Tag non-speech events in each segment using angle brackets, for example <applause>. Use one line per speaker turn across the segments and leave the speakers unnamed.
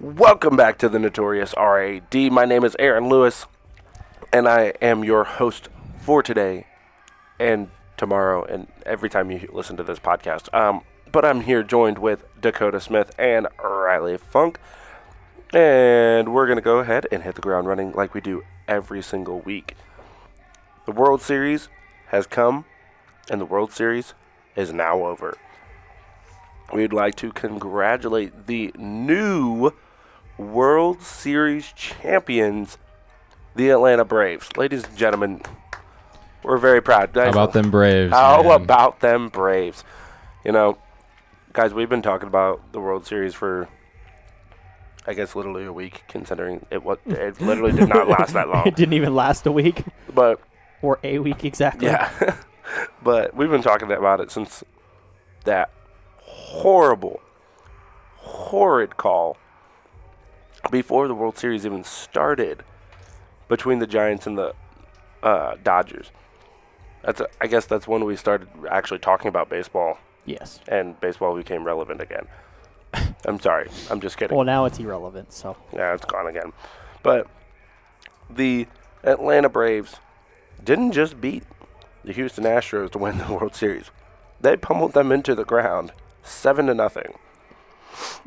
Welcome back to the Notorious RAD. My name is Aaron Lewis, and I am your host for today and tomorrow and every time you listen to this podcast. Um, but I'm here joined with Dakota Smith and Riley Funk, and we're going to go ahead and hit the ground running like we do every single week. The World Series has come, and the World Series is now over. We'd like to congratulate the new World Series champions, the Atlanta Braves. Ladies and gentlemen, we're very proud.
How about them Braves?
How
man?
about them Braves? You know, guys, we've been talking about the World Series for, I guess, literally a week, considering it was it literally did not last that long.
<laughs> it didn't even last a week
But
<laughs>
<laughs>
or a week exactly.
yeah, but we've been talking about it since that horrible, horrid call before the World Series even started between the Giants and the uh, Dodgers. That's a, I guess that's when we started actually talking about baseball
Yes.
and baseball became relevant again. I'm sorry. I'm just kidding.
Well, now it's irrelevant. So
Yeah, it's gone again. But the Atlanta Braves didn't just beat the Houston Astros to win the World Series. They pummeled them into the ground, seven to nothing.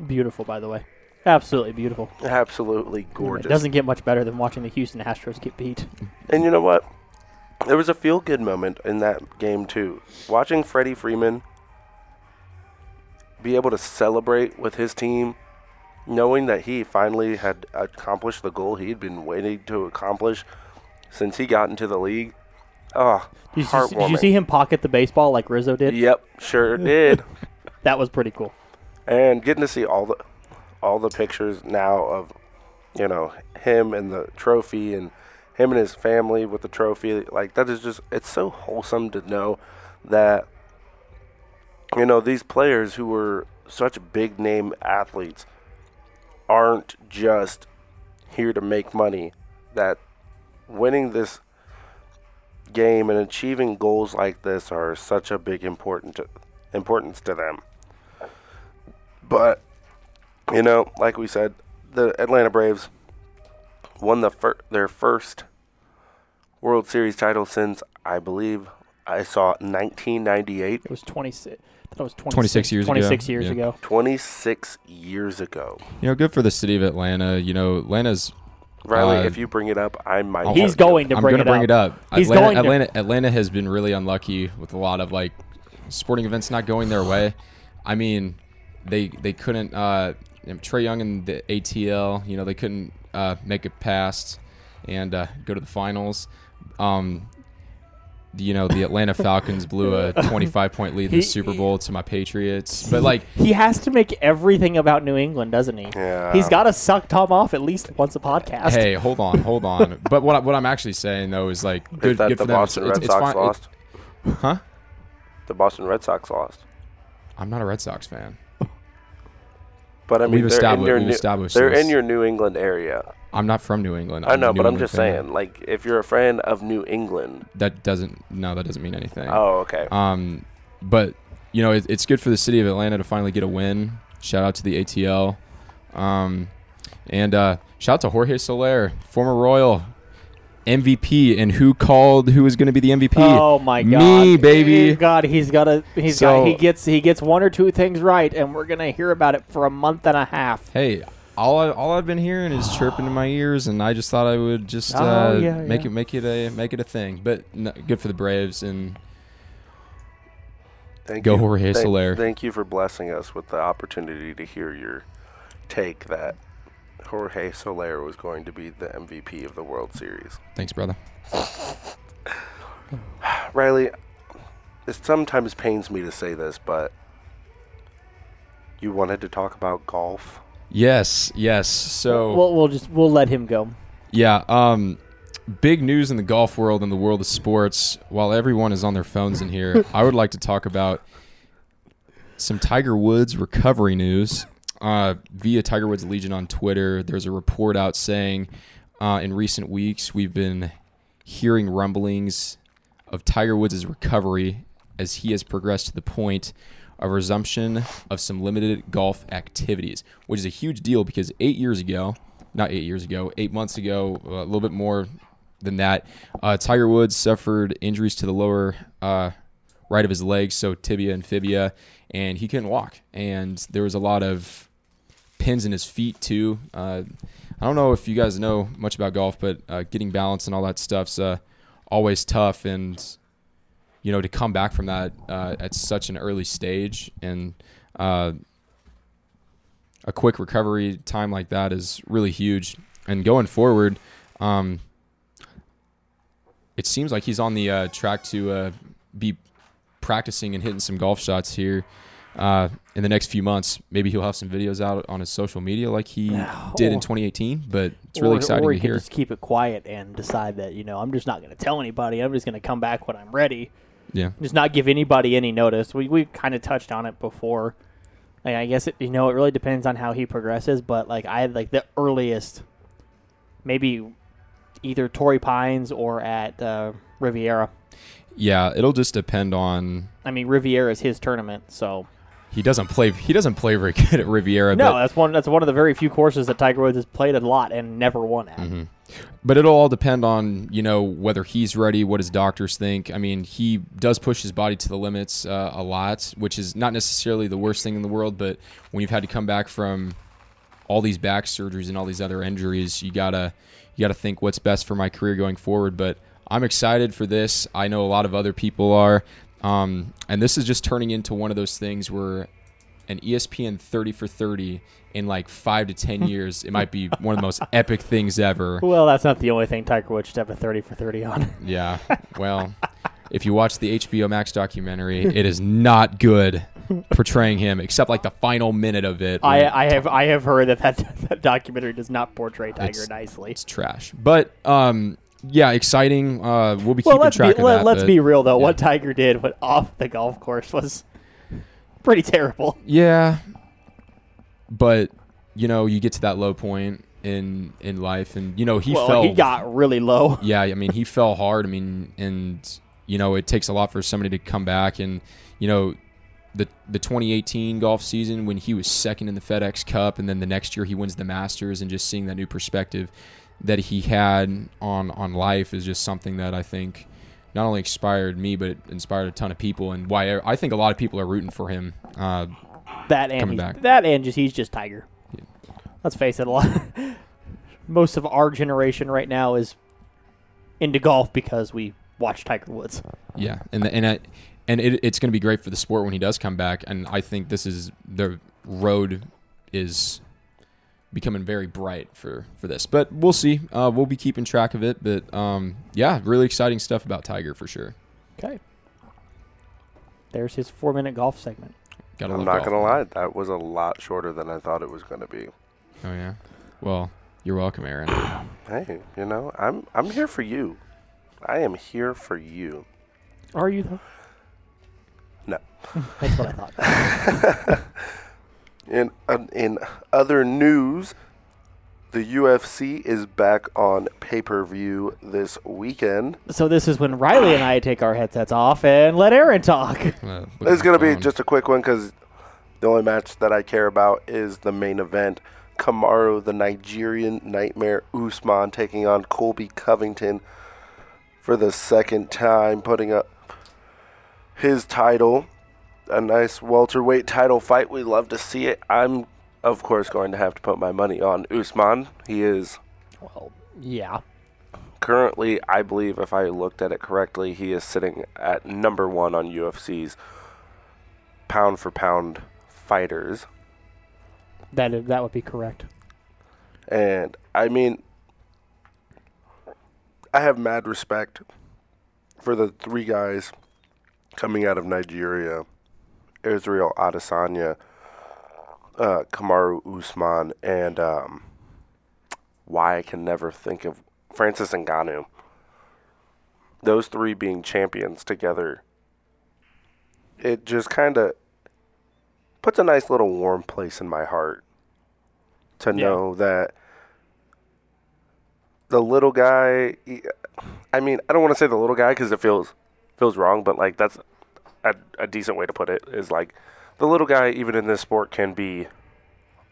beautiful, by the way. Absolutely beautiful.
Absolutely
It
gorgeous.
doesn't get much better than watching the Houston Astros get beat.
And you know what? There was a feel good moment in that game, too. Watching Freddie Freeman be able to celebrate with his team, knowing that he finally had accomplished the goal he'd been waiting to accomplish since he got into the league. Oh,
Did you,
heartwarming.
did you see him pocket the baseball like Rizzo did?
Yep,
<laughs>
sure did.
That was pretty cool.
and getting to see all the all the pictures now of you know him and the trophy and him and his family with the trophy like that is just it's so wholesome to know that you know these players who were such big name athletes aren't just here to make money that winning this game and achieving goals like this are such a big important importance to them but you know, like we said, the Atlanta Braves won the fir- their first World Series title since I believe I saw 1998,
It was 26. I thought it was 26,
26 years ago.
26 years
Yeah.
ago.
26 years ago.
You know, good for the city of Atlanta. You know, Atlanta's.
Riley,
Uh,
if you bring it up, I might.
I'll-
He's
argue.
going to
I'm
bring,
gonna
it,
bring
up.
it up.
He's
Atlanta,
going to.
Atlanta, Atlanta has been really unlucky with a lot of like sporting events not going their way. I mean, they they couldn't. Uh, you know, Trey Young and the ATL. You know, they couldn't uh, make it past and uh, go to the finals. Um, you know, the Atlanta Falcons blew
<laughs>
a 25 point lead in
He-
the Super Bowl to my Patriots, but like.
He has to make everything about New England, doesn't he?
Yeah.
He's got to suck Tom off at least once a podcast.
Hey, hold on, hold
<laughs>
on. but what, I- what I'm actually saying though is like good,
Is that
good
the
for them.
Boston
It's-
Red
it's
Sox
fine- it-
lost?
huh?
the Boston Red Sox lost.
I'm not a Red Sox fan.
But I mean, they're,
We've
in
established-
your
we've
New-
established
they're in
this.
your New England area.
I'm not from New England.
I
a
know,
New
but I'm
England
just
fan.
saying, like, if you're a fan of New England,
that doesn't. No, that doesn't mean anything.
oh, okay.
Um, but you know, it, it's good for the city of Atlanta to finally get a win. Shout out to the ATL, um, and uh, shout out to Jorge Soler, former Royal MVP, and who called who was going to be the MVP?
Oh my god.
me
Oh,
baby.
God, he's got a he's
So-
got he gets he gets one or two things right and we're going to hear about it for a month and a half.
Hey, all I, all I've been hearing is chirping in my ears, and I just thought I would just
Oh,
uh,
yeah,
make
yeah.
it make it a make it a thing. But no, good for the Braves, and
Thank
Go
you.
Jorge
thank,
Soler.
Thank you for blessing us with the opportunity to hear your take that Jorge Soler was going to be the MVP of the World Series.
thanks, brother.
Riley, it sometimes pains me to say this, but you wanted to talk about golf.
Yes, yes. So
We'll we'll just we'll let him go.
Yeah, um, big news in the golf world and the world of sports. While everyone is on their phones in
<laughs>
here, I would like to talk about some Tiger Woods recovery news uh, via Tiger Woods Legion on Twitter. There's a report out saying uh, in recent weeks we've been hearing rumblings of Tiger Woods' recovery as he has progressed to the point a resumption of some limited golf activities, which is a huge deal because eight years ago, not eight years ago, eight months ago, uh, a little bit more than that, uh, Tiger Woods suffered injuries to the lower uh, right of his legs, so tibia and fibia, and he couldn't walk. And there was a lot of pins in his feet too. Uh, I don't know if you guys know much about golf, but uh, getting balance and all that stuff's uh, always tough. And you know, to come back from that uh, at such an early stage and uh, a quick recovery time like that is really huge. And going forward, um, it seems like he's on the uh, track to uh, be practicing and hitting some golf shots here uh, in the next few months. Maybe he'll have some videos out on his social media like he did in 2018. But it's really
or,
exciting
or
to
you can
hear.
just keep it quiet and decide that you know I'm just not going to tell anybody. I'm just going to come back when I'm ready.
yeah,
just not give anybody any notice. We we kind of touched on it before. Like, I guess it, you know it really depends on how he progresses, but like I like the earliest, maybe either Torrey Pines or at uh, Riviera.
yeah. It'll just depend on.
I mean Riviera is his tournament, so
He doesn't play. He doesn't play very <laughs> good at Riviera.
no,
but
that's one that's one of the very few courses that Tiger Woods has played a lot and never won at.
Mm-hmm. but it'll all depend on you know whether he's ready what his doctors think i mean he does push his body to the limits uh, a lot which is not necessarily the worst thing in the world but when you've had to come back from all these back surgeries and all these other injuries you gotta you gotta think what's best for my career going forward but i'm excited for this i know a lot of other people are um, and this is just turning into one of those things where an E ESPN 30 for 30 in like five to 10 years, it might be one of the most epic things ever.
Well, that's not the only thing Tiger Woods should have a thirty for thirty <laughs> on.
Yeah. Well, if you watch the HBO Max documentary, it is not good portraying him, except like the final minute of it.
I,
where
I have I have heard that, <laughs> that that documentary does not portray Tiger
It's-
nicely.
it's trash. But um, yeah, exciting. Uh, we'll be
Well,
keeping
let's be
track of
let,
that.
us
but-
be real though. What
yeah.
Tiger did when off the golf course was <laughs> pretty terrible.
Yeah, but you know, you get to that low point in in life, and you know he
well,
fell.
he got really low.
yeah, I mean, he fell hard. I mean, and you know, it takes a lot for somebody to come back. And you know, the the 2018 golf season when he was second in the FedEx Cup, and then the next year he wins the Masters, and just seeing that new perspective that he had on on life is just something that I think not only inspired me, but it inspired a ton of people, and why I I think a lot of people are rooting for him. Uh,
That and
Coming
he's-
back.
that and just he's just Tiger. Let's face it, a lot. <laughs> Most of our generation right now is into golf because we watch Tiger Woods.
Yeah, and the, and I, and it, it's going to be great for the sport when he does come back. And I think this is the road is becoming very bright for for this. But we'll see. Uh, we'll be keeping track of it. But um, yeah, really exciting stuff about Tiger for sure.
Okay. There's his four-minute golf segment.
Gotta
I'm
love
not
golf.
going to lie. That was a lot shorter than I thought it was going to be.
Oh yeah. Well, you're
<coughs>
welcome, Aaron. Uh,
Hey, you know, I'm I'm here for you. I am here for you.
Are you though?
No.
That's what I thought. <laughs>
In um, in other news, the UFC is back on pay-per-view this weekend.
so this is when Riley and I take our headsets off and let Aaron talk.
Uh, look
It's
at
going to
my
be
phone.
just a quick one cuz the only match that I care about is the main event. Kamaru, the Nigerian Nightmare Usman taking on Colby Covington for the second time putting up his title. A nice welterweight title fight. We love to see it. I'm of course going to have to put my money on Usman. He is
Well, yeah.
currently, I believe, if I looked at it correctly, he is sitting at number one on UFC's pound for pound fighters.
That is, that would be correct.
And I mean, I have mad respect for the three guys coming out of Nigeria Israel Adesanya, uh, Kamaru Usman, and um, why I can never think of Francis Ngannou. Those three being champions together, it just kind of puts a nice little warm place in my heart to
Yeah.
know that the little guy. he- I mean, I don't want to say the little guy because it feels feels wrong, but like that's a, a decent way to put it is like the little guy, even in this sport, can be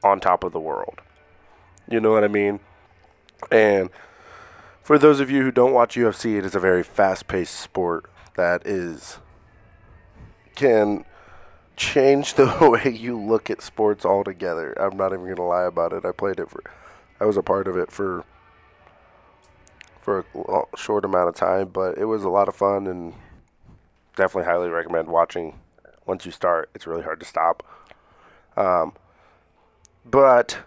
on top of the world. You know what I mean? And for those of you who don't watch UFC, it is a very fast-paced sport that is can change <laughs> the way you look at sports altogether. I'm not even gonna lie about it. I played it for, I was a part of it for for a lo- short amount of time, but it was a lot of fun and definitely highly recommend watching. Once you start, it's really hard to stop. Um, but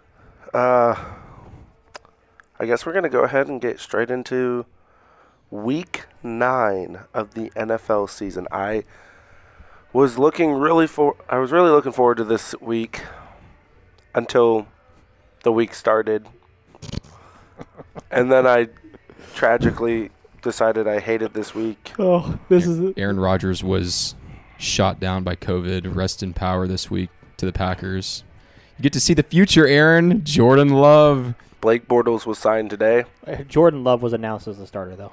uh, I guess we're gonna go ahead and get straight into week nine of the NFL season. I was looking really for I was really looking forward to this week until the week started. and then I tragically decided I hated this week.
Oh, this is the,
Aaron Rodgers was shot down by COVID. Rest in power this week to the Packers. You get to see the future, Aaron. Jordan Love.
Blake Bortles was signed today.
Jordan Love was announced as the starter though.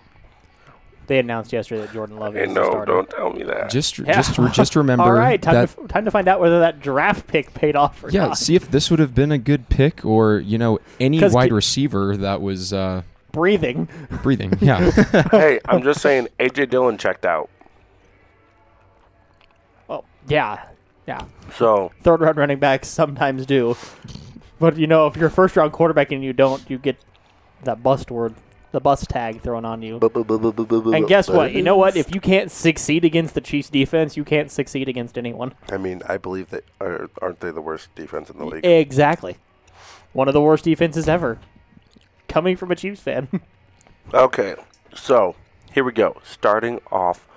They announced yesterday that Jordan Love
Hey,
is the
no,
starter.
don't tell me that.
Just,
Yeah.
just,
<laughs>
just remember.
All right, time,
that-
to, f- time to find out whether that draft pick paid off or
yeah,
not.
see if this would have been a good pick or, you know, any
'Cause
wide
ki-
receiver that was uh,
Breathing.
breathing.
<laughs>
Yeah.
hey, I'm just saying AJ Dillon checked out.
Oh, yeah, yeah.
So
Third round running backs sometimes do, but you know if you're a first round quarterback and you don't, you get that bust word, the bust tag thrown on you. And
And
guess what? You know what? If you can't succeed against the Chiefs defense, you can't succeed against anyone.
I mean, I believe that are, aren't they the worst defense in the league?
Exactly. One of the worst defenses ever. Coming from a Chiefs fan. <laughs>
Okay, so here we go. Starting off,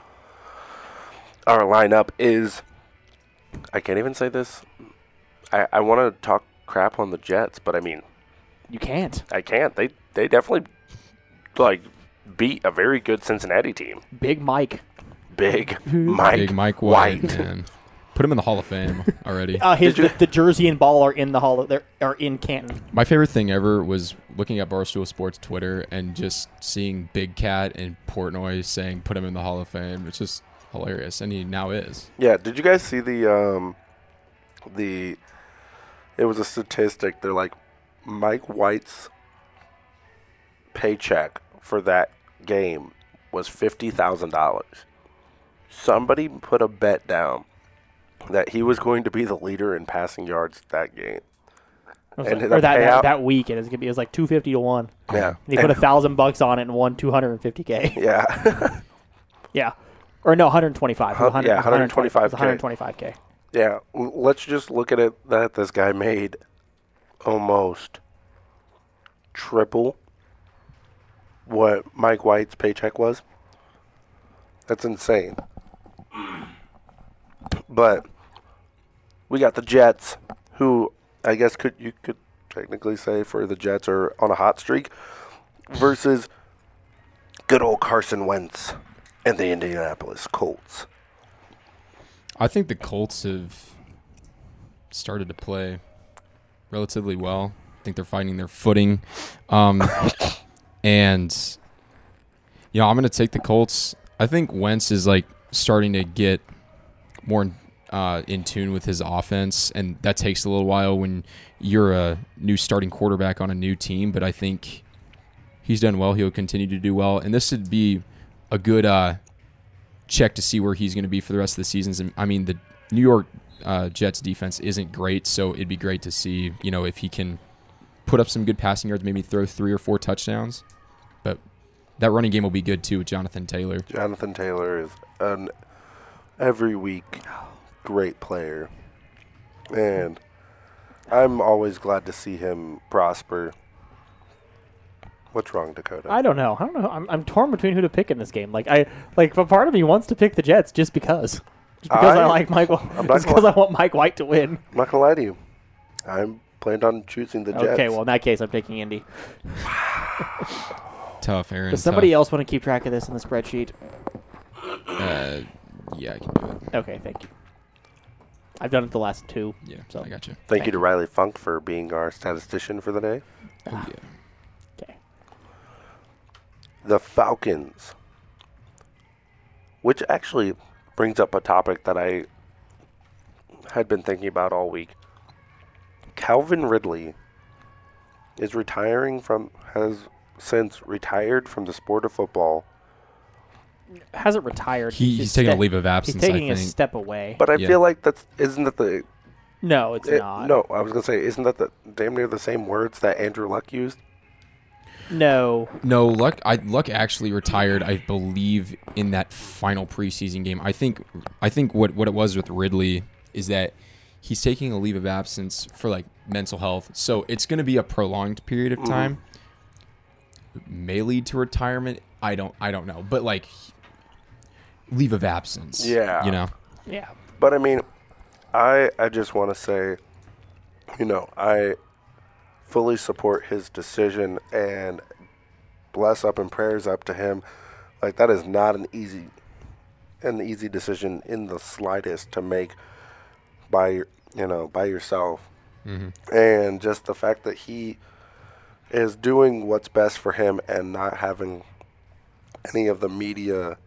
our lineup is. I can't even say this. I, I want to talk crap on the Jets, but I mean,
you can't.
I can't. They they definitely like beat a very good Cincinnati team.
Big Mike.
Big Mike.
Big Mike White. Man. Put him in the Hall of Fame already.
<laughs> Uh, his
Did you-
the, the jersey and ball are in the hall. They're are in Canton.
My favorite thing ever was looking at Barstool Sports Twitter and just seeing Big Cat and Portnoy saying put him in the Hall of Fame. It's just hilarious, and he now is.
Yeah, did you guys see the um the it was a statistic. They're like Mike White's paycheck for that game was $50,000. Somebody put a bet down that he was going to be the leader in passing yards that game.
It was
And
like-
the
or that, that,
payout-
that week, and it was gonna be it was like two fifty to one.
Yeah.
And he
<laughs>
put a thousand bucks on it and won two hundred and fifty k. <laughs>
yeah.
Yeah, or no, one hundred twenty five.
Hun- yeah, 125K.
One hundred twenty five k.
Yeah, l- let's just look at it that this guy made almost triple what Mike White's paycheck was. That's insane. But we got the Jets, who I guess could you could technically say for the Jets are on a hot streak versus good old Carson Wentz and the Indianapolis Colts.
I think the Colts have started to play relatively well. I think they're finding their footing, um, and you know I'm going to take the Colts. I think Wentz is like starting to get more in, uh, in tune with his offense, and that takes a little while when you're a new starting quarterback on a new team. But I think he's done well. He'll continue to do well, and this would be a good uh, check to see where he's going to be for the rest of the seasons. And I mean, the New York uh, Jets defense isn't great, so it'd be great to see you know if he can put up some good passing yards, maybe throw three or four touchdowns. But that running game will be good too with Jonathan Taylor.
Jonathan Taylor is an every week great player. And I'm always glad to see him prosper. What's wrong, Dakota?
I don't know. I don't know. I'm, I'm torn between who to pick in this game. Like I like, but part of me wants to pick the Jets just because, just because I,
I-
like Mike.
I'm
White.
not
Just because I want Mike White to win.
I'm not going to lie to you. I'm planned on choosing the Jets.
Okay, well in that case, I'm picking Indy.
Tough, Aaron.
Does somebody
tough.
else want to keep track of this in the spreadsheet?
Uh, yeah, I can do it.
Okay, thank you. I've done it the last two.
Yeah,
So-
I got you.
Thank you to Riley Funk for being our statistician for the day.
ah.
Oh, yeah.
Okay.
The Falcons, which actually brings up a topic that I had been thinking about all week. Calvin Ridley is retiring from has since retired from the sport of football,
Hasn't retired.
He, he's
just
taking a
ste-
leave of
He's
absence.
taking
I
a
think.
step away.
but I
Yeah.
feel like that's isn't that the
no, it's
it-
not.
no? I was gonna say isn't that the damn near the same words that Andrew Luck used?
no.
No, Luck. I Luck actually retired, I believe, in that final preseason game. I think, I think what what it was with Ridley is that he's taking a leave of absence for like mental health, so it's going to be a prolonged period of time. May lead to retirement. I don't. I don't know, but like leave of absence.
Yeah.
you know.
Yeah.
But I mean, I I just want to say, you know, I fully support his decision and bless up and prayers up to him. Like that is not an easy an easy decision in the slightest to make by your- you know by yourself. And just the fact that he is doing what's best for him and not having any of the media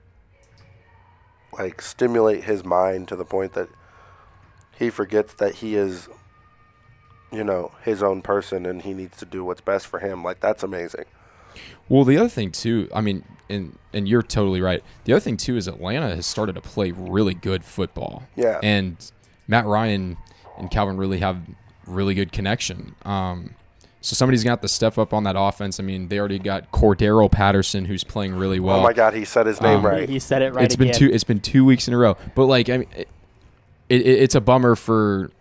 like stimulate his mind to the point that he forgets that he is you know his own person and he needs to do what's best for him like that's amazing
Well, the other thing too, I mean, and and you're totally right. The other thing too is Atlanta has started to play really good football.
Yeah.
And Matt Ryan and Calvin really have really good connection. Um, so somebody's got to step up on that offense. I mean, they already got Cordero Patterson who's playing really well.
oh my god he said his name
um,
right
He said it right
It's
again.
been two. It's been two weeks in a row. But like, I mean, it, it, it's a bummer for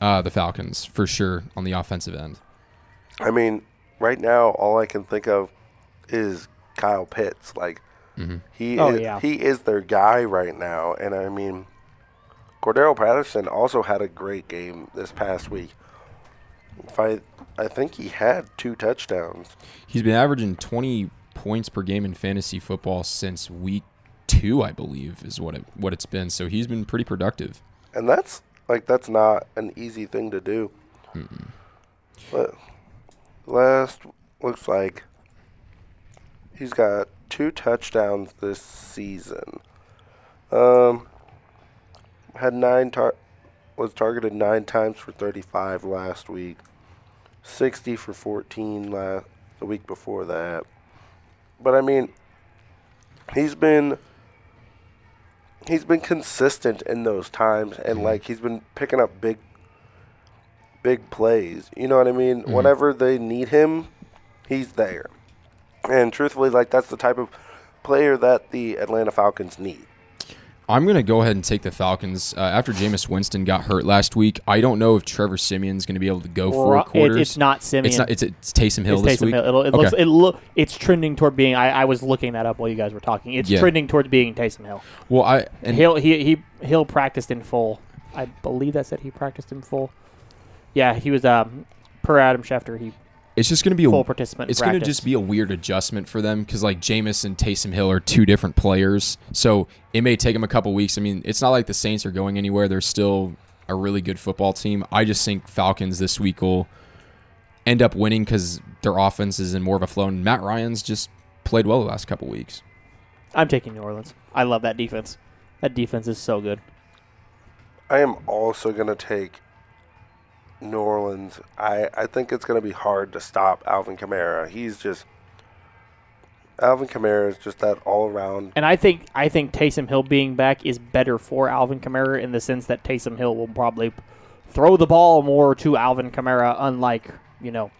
uh, the Falcons for sure on the offensive end.
i mean right now all i can think of is kyle pitts like he
Oh,
is,
yeah.
he is their guy right now and i mean cordero patterson also had a great game this past week if i i think he had two touchdowns
He's been averaging 20 points per game in fantasy football since week two, I believe, is what it what it's been. So he's been pretty productive.
and that's like that's not an easy thing to do. But last looks like he's got two touchdowns this season. Um, had nine tar- was targeted nine times for 35 last week, 60 for 14 last the week before that. But I mean, he's been he's been consistent in those times and like he's been picking up big big plays you know what i mean whenever they need him he's there and truthfully like that's the type of player that the atlanta falcons need
I'm gonna go ahead and take the Falcons uh, after Jameis Winston got hurt last week. I don't know if Trevor Simeon's gonna be able to go four
Ro- it-
quarters.
it's not Simeon.
It's not. It's, it's Taysom Hill
It's
this
Taysom
week.
Hill. It'll, it
Okay.
looks. It look. It's trending toward being. I, I was looking that up while you guys were talking. It's
Yeah.
trending toward being Taysom Hill.
well, I and
Hill. He he Hill practiced in full. I believe that said he practiced in full. Yeah, he was um per Adam Schefter. He
it's just gonna be a
full participant. in
It's going to
practice.
just be a weird adjustment for them because like Jameis and Taysom Hill are two different players, so it may take them a couple weeks. I mean, it's not like the Saints are going anywhere; they're still a really good football team. I just think Falcons this week will end up winning because their offense is in more of a flow, and Matt Ryan's just played well the last couple weeks.
I'm taking New Orleans. I love that defense. That defense is so good.
i am also going to take new orleans i i think it's going to be hard to stop alvin kamara he's just alvin kamara is just that all-around
And I think I think Taysom Hill being back is better for Alvin Kamara in the sense that Taysom Hill will probably throw the ball more to Alvin Kamara, unlike you know,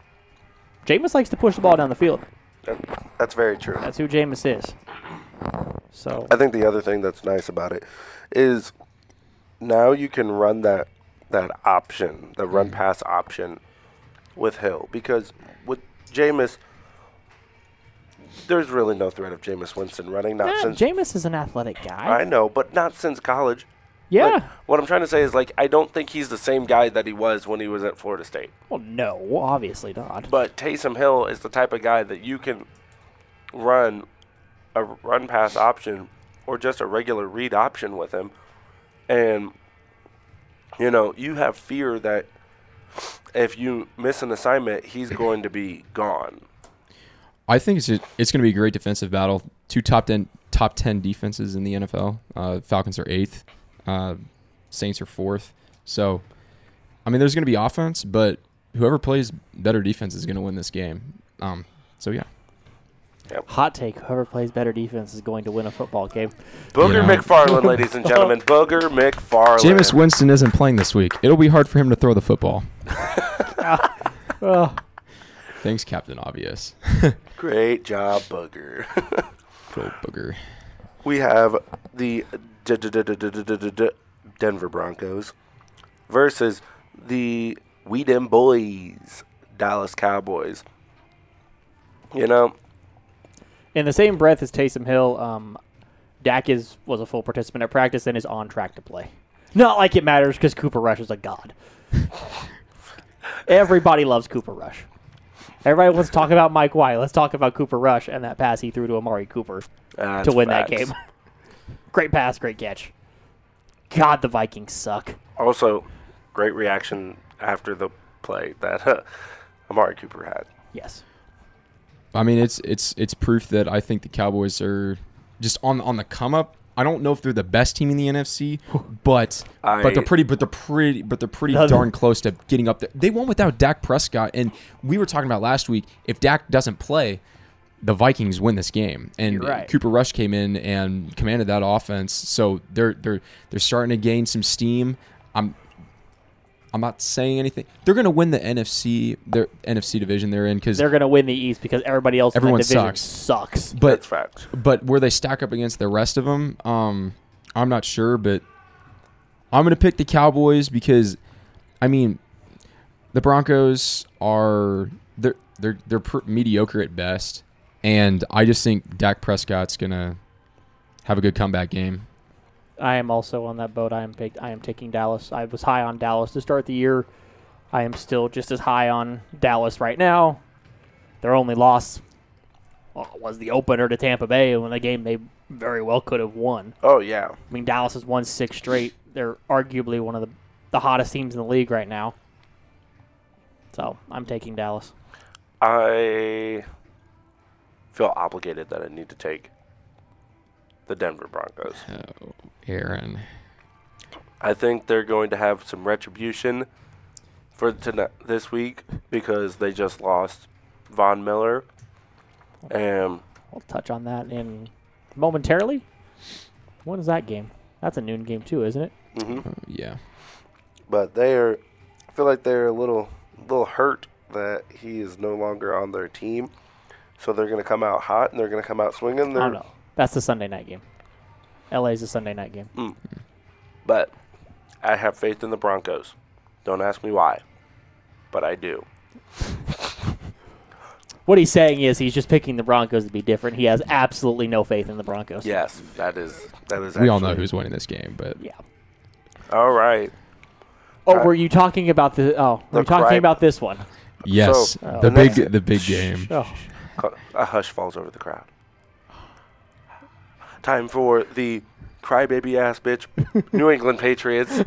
Jameis likes to push the ball down the field.
that- that's very true
That's who Jameis is. So
I think the other thing that's nice about it is now you can run that that option, the run
Mm-hmm.
pass option with Hill because with Jameis there's really no threat of Jameis Winston running not
yeah,
since
Jameis is an athletic guy.
I know, but not since college.
yeah.
Like, what I'm trying to say is like I don't think he's the same guy that he was when he was at Florida State.
well, no, obviously not.
But Taysom Hill is the type of guy that you can run a run pass option or just a regular read option with him. And, you know, you have fear that if you miss an assignment, he's going to be gone.
I think it's it's going to be a great defensive battle. Two top ten top ten defenses in the NFL. Uh, Falcons are eighth, uh, Saints are fourth. So, I mean, there's going to be offense, but whoever plays better defense is going to win this game. Um, so yeah,
Hot take: Whoever plays better defense is going to win a football game.
Booger
You know.
McFarland, ladies and gentlemen. Booger McFarland.
Jameis Winston isn't playing this week. It'll be hard for him to throw the football.
Ugh.
Thanks, Captain Obvious.
Great job, Booger. <laughs>
Go booger.
we have the D- D- D- D- D- D- D- D- D- Denver Broncos versus the We Dem Boys, Dallas Cowboys. You know,
In the same breath as Taysom Hill, um, Dak is was a full participant at practice and is on track to play. Not like it matters because Cooper Rush is a god. Everybody loves Cooper Rush. Everybody wants to talk about Mike White. Let's talk about Cooper Rush and that pass he threw to Amari Cooper
that's
to win that
facts.
game. <laughs> great pass, great catch. God, the Vikings suck.
Also, great reaction after the play that uh, Amari Cooper had.
Yes.
I mean, it's it's it's proof that I think the Cowboys are just on on the come up. I don't know if they're the best team in the
<laughs>
NFC, but
I-
but they're pretty, but they're pretty, but they're pretty
Another-
darn close to getting up there. They won without Dak Prescott, and we were talking about last week. If Dak doesn't play, the Vikings win this game, and
You're right.
Cooper Rush came in and commanded that offense. So they're they're they're starting to gain some steam. I'm I'm not saying anything. They're going to win the NFC their NFC division they're in because
They're going to win the East because everybody else
Everyone
in that division
sucks.
sucks.
but
That's facts.
but where they stack up against the rest of them, um, I'm not sure. But I'm going to pick the Cowboys because, I mean, the Broncos are they're they're they're pr- mediocre at best, and I just think Dak Prescott's going to have a good comeback game.
I am also on that boat. I am picked, I am taking Dallas. I was high on Dallas to start the year. I am still just as high on Dallas right now. Their only loss uh, was the opener to Tampa Bay, and when the game they very well could have won.
Oh yeah,
I mean, Dallas has won six straight. They're arguably one of the, the hottest teams in the league right now. So I'm taking Dallas.
I feel obligated that I need to take the Denver Broncos.
Oh, Aaron,
I think they're going to have some retribution for tonight, this week because they just lost Von Miller. Um,
We'll touch on that in momentarily. When is that game? That's a noon game too, isn't it?
Oh, yeah,
but they are, I feel like they're a little, little hurt that he is no longer on their team. So they're going to come out hot and they're going to come out swinging.
I
They're-
don't know. That's the Sunday night game. LA's a Sunday night game.
Mm. But I have faith in the Broncos. Don't ask me why, but I do.
What he's saying is he's just picking the Broncos to be different. He has absolutely no faith in the Broncos.
Yes, that is that is.
we all know
actually-
who's winning this game, but
Yeah.
All right.
Oh,
Uh,
were you talking about the? Oh, were you
Look,
talking
right-
about
<laughs>
this one?
yes,
So, uh, the
the big
next-
the big game.
Oh,
A hush falls over the crowd. Time for the crybaby ass bitch New England Patriots.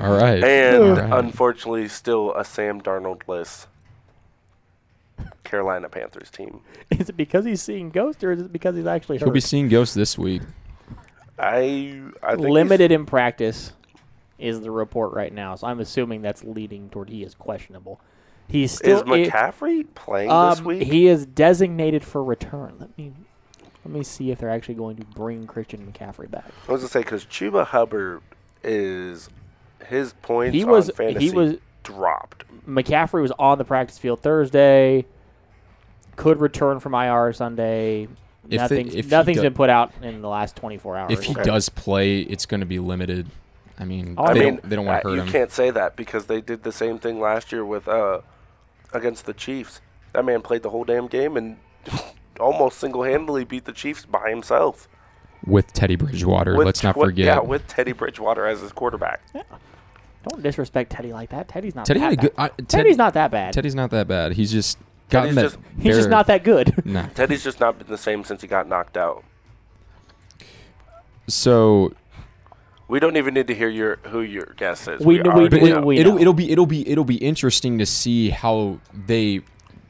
All right,
And
All right.
unfortunately, still a Sam Darnold list. Carolina Panthers team.
<laughs> is it because he's seeing ghosts or is it because he's actually hurt?
He'll be seeing ghosts this week.
I I think he's-
Limited in practice is the report right now, so I'm assuming that's leading toward he is questionable. He's still
is McCaffrey playing this
Um,
week.
he is designated for return. Let me let me see if they're actually going to bring Christian McCaffrey back.
I was gonna say because Chuba Hubbard is his points.
He was-
on
he
fantasy
was-
dropped.
McCaffrey was on the practice field Thursday. Could return from IR Sunday.
they-
Nothing's,
if he
nothing's
do-
been put out in the last 24 hours.
if he
Okay.
does play, it's going to be limited. I mean,
Oh, I
I
they,
mean,
don't, they don't want
uh,
to hurt
you
him.
can't say that because they did the same thing last year with uh, against the Chiefs. That man played the whole damn game and <laughs> almost single-handedly beat the Chiefs by himself.
With Teddy Bridgewater,
With
let's not
tw-
forget.
Yeah, with Teddy Bridgewater as his quarterback.
Don't disrespect Teddy like that. Teddy's not.
Teddy
that
had a
bad.
good. I, Ted-
Teddy's not that bad.
Teddy's not that bad. He's just gotten
Teddy's
that.
just-
He's just
bare-
not
<laughs>
that good.
Nah.
Teddy's just not been the same since he got knocked out.
So
We don't even need to hear your who your guess is.
We- we-
already
but
know.
it,
we
will
know.
it'll be it'll be it'll be interesting to see how they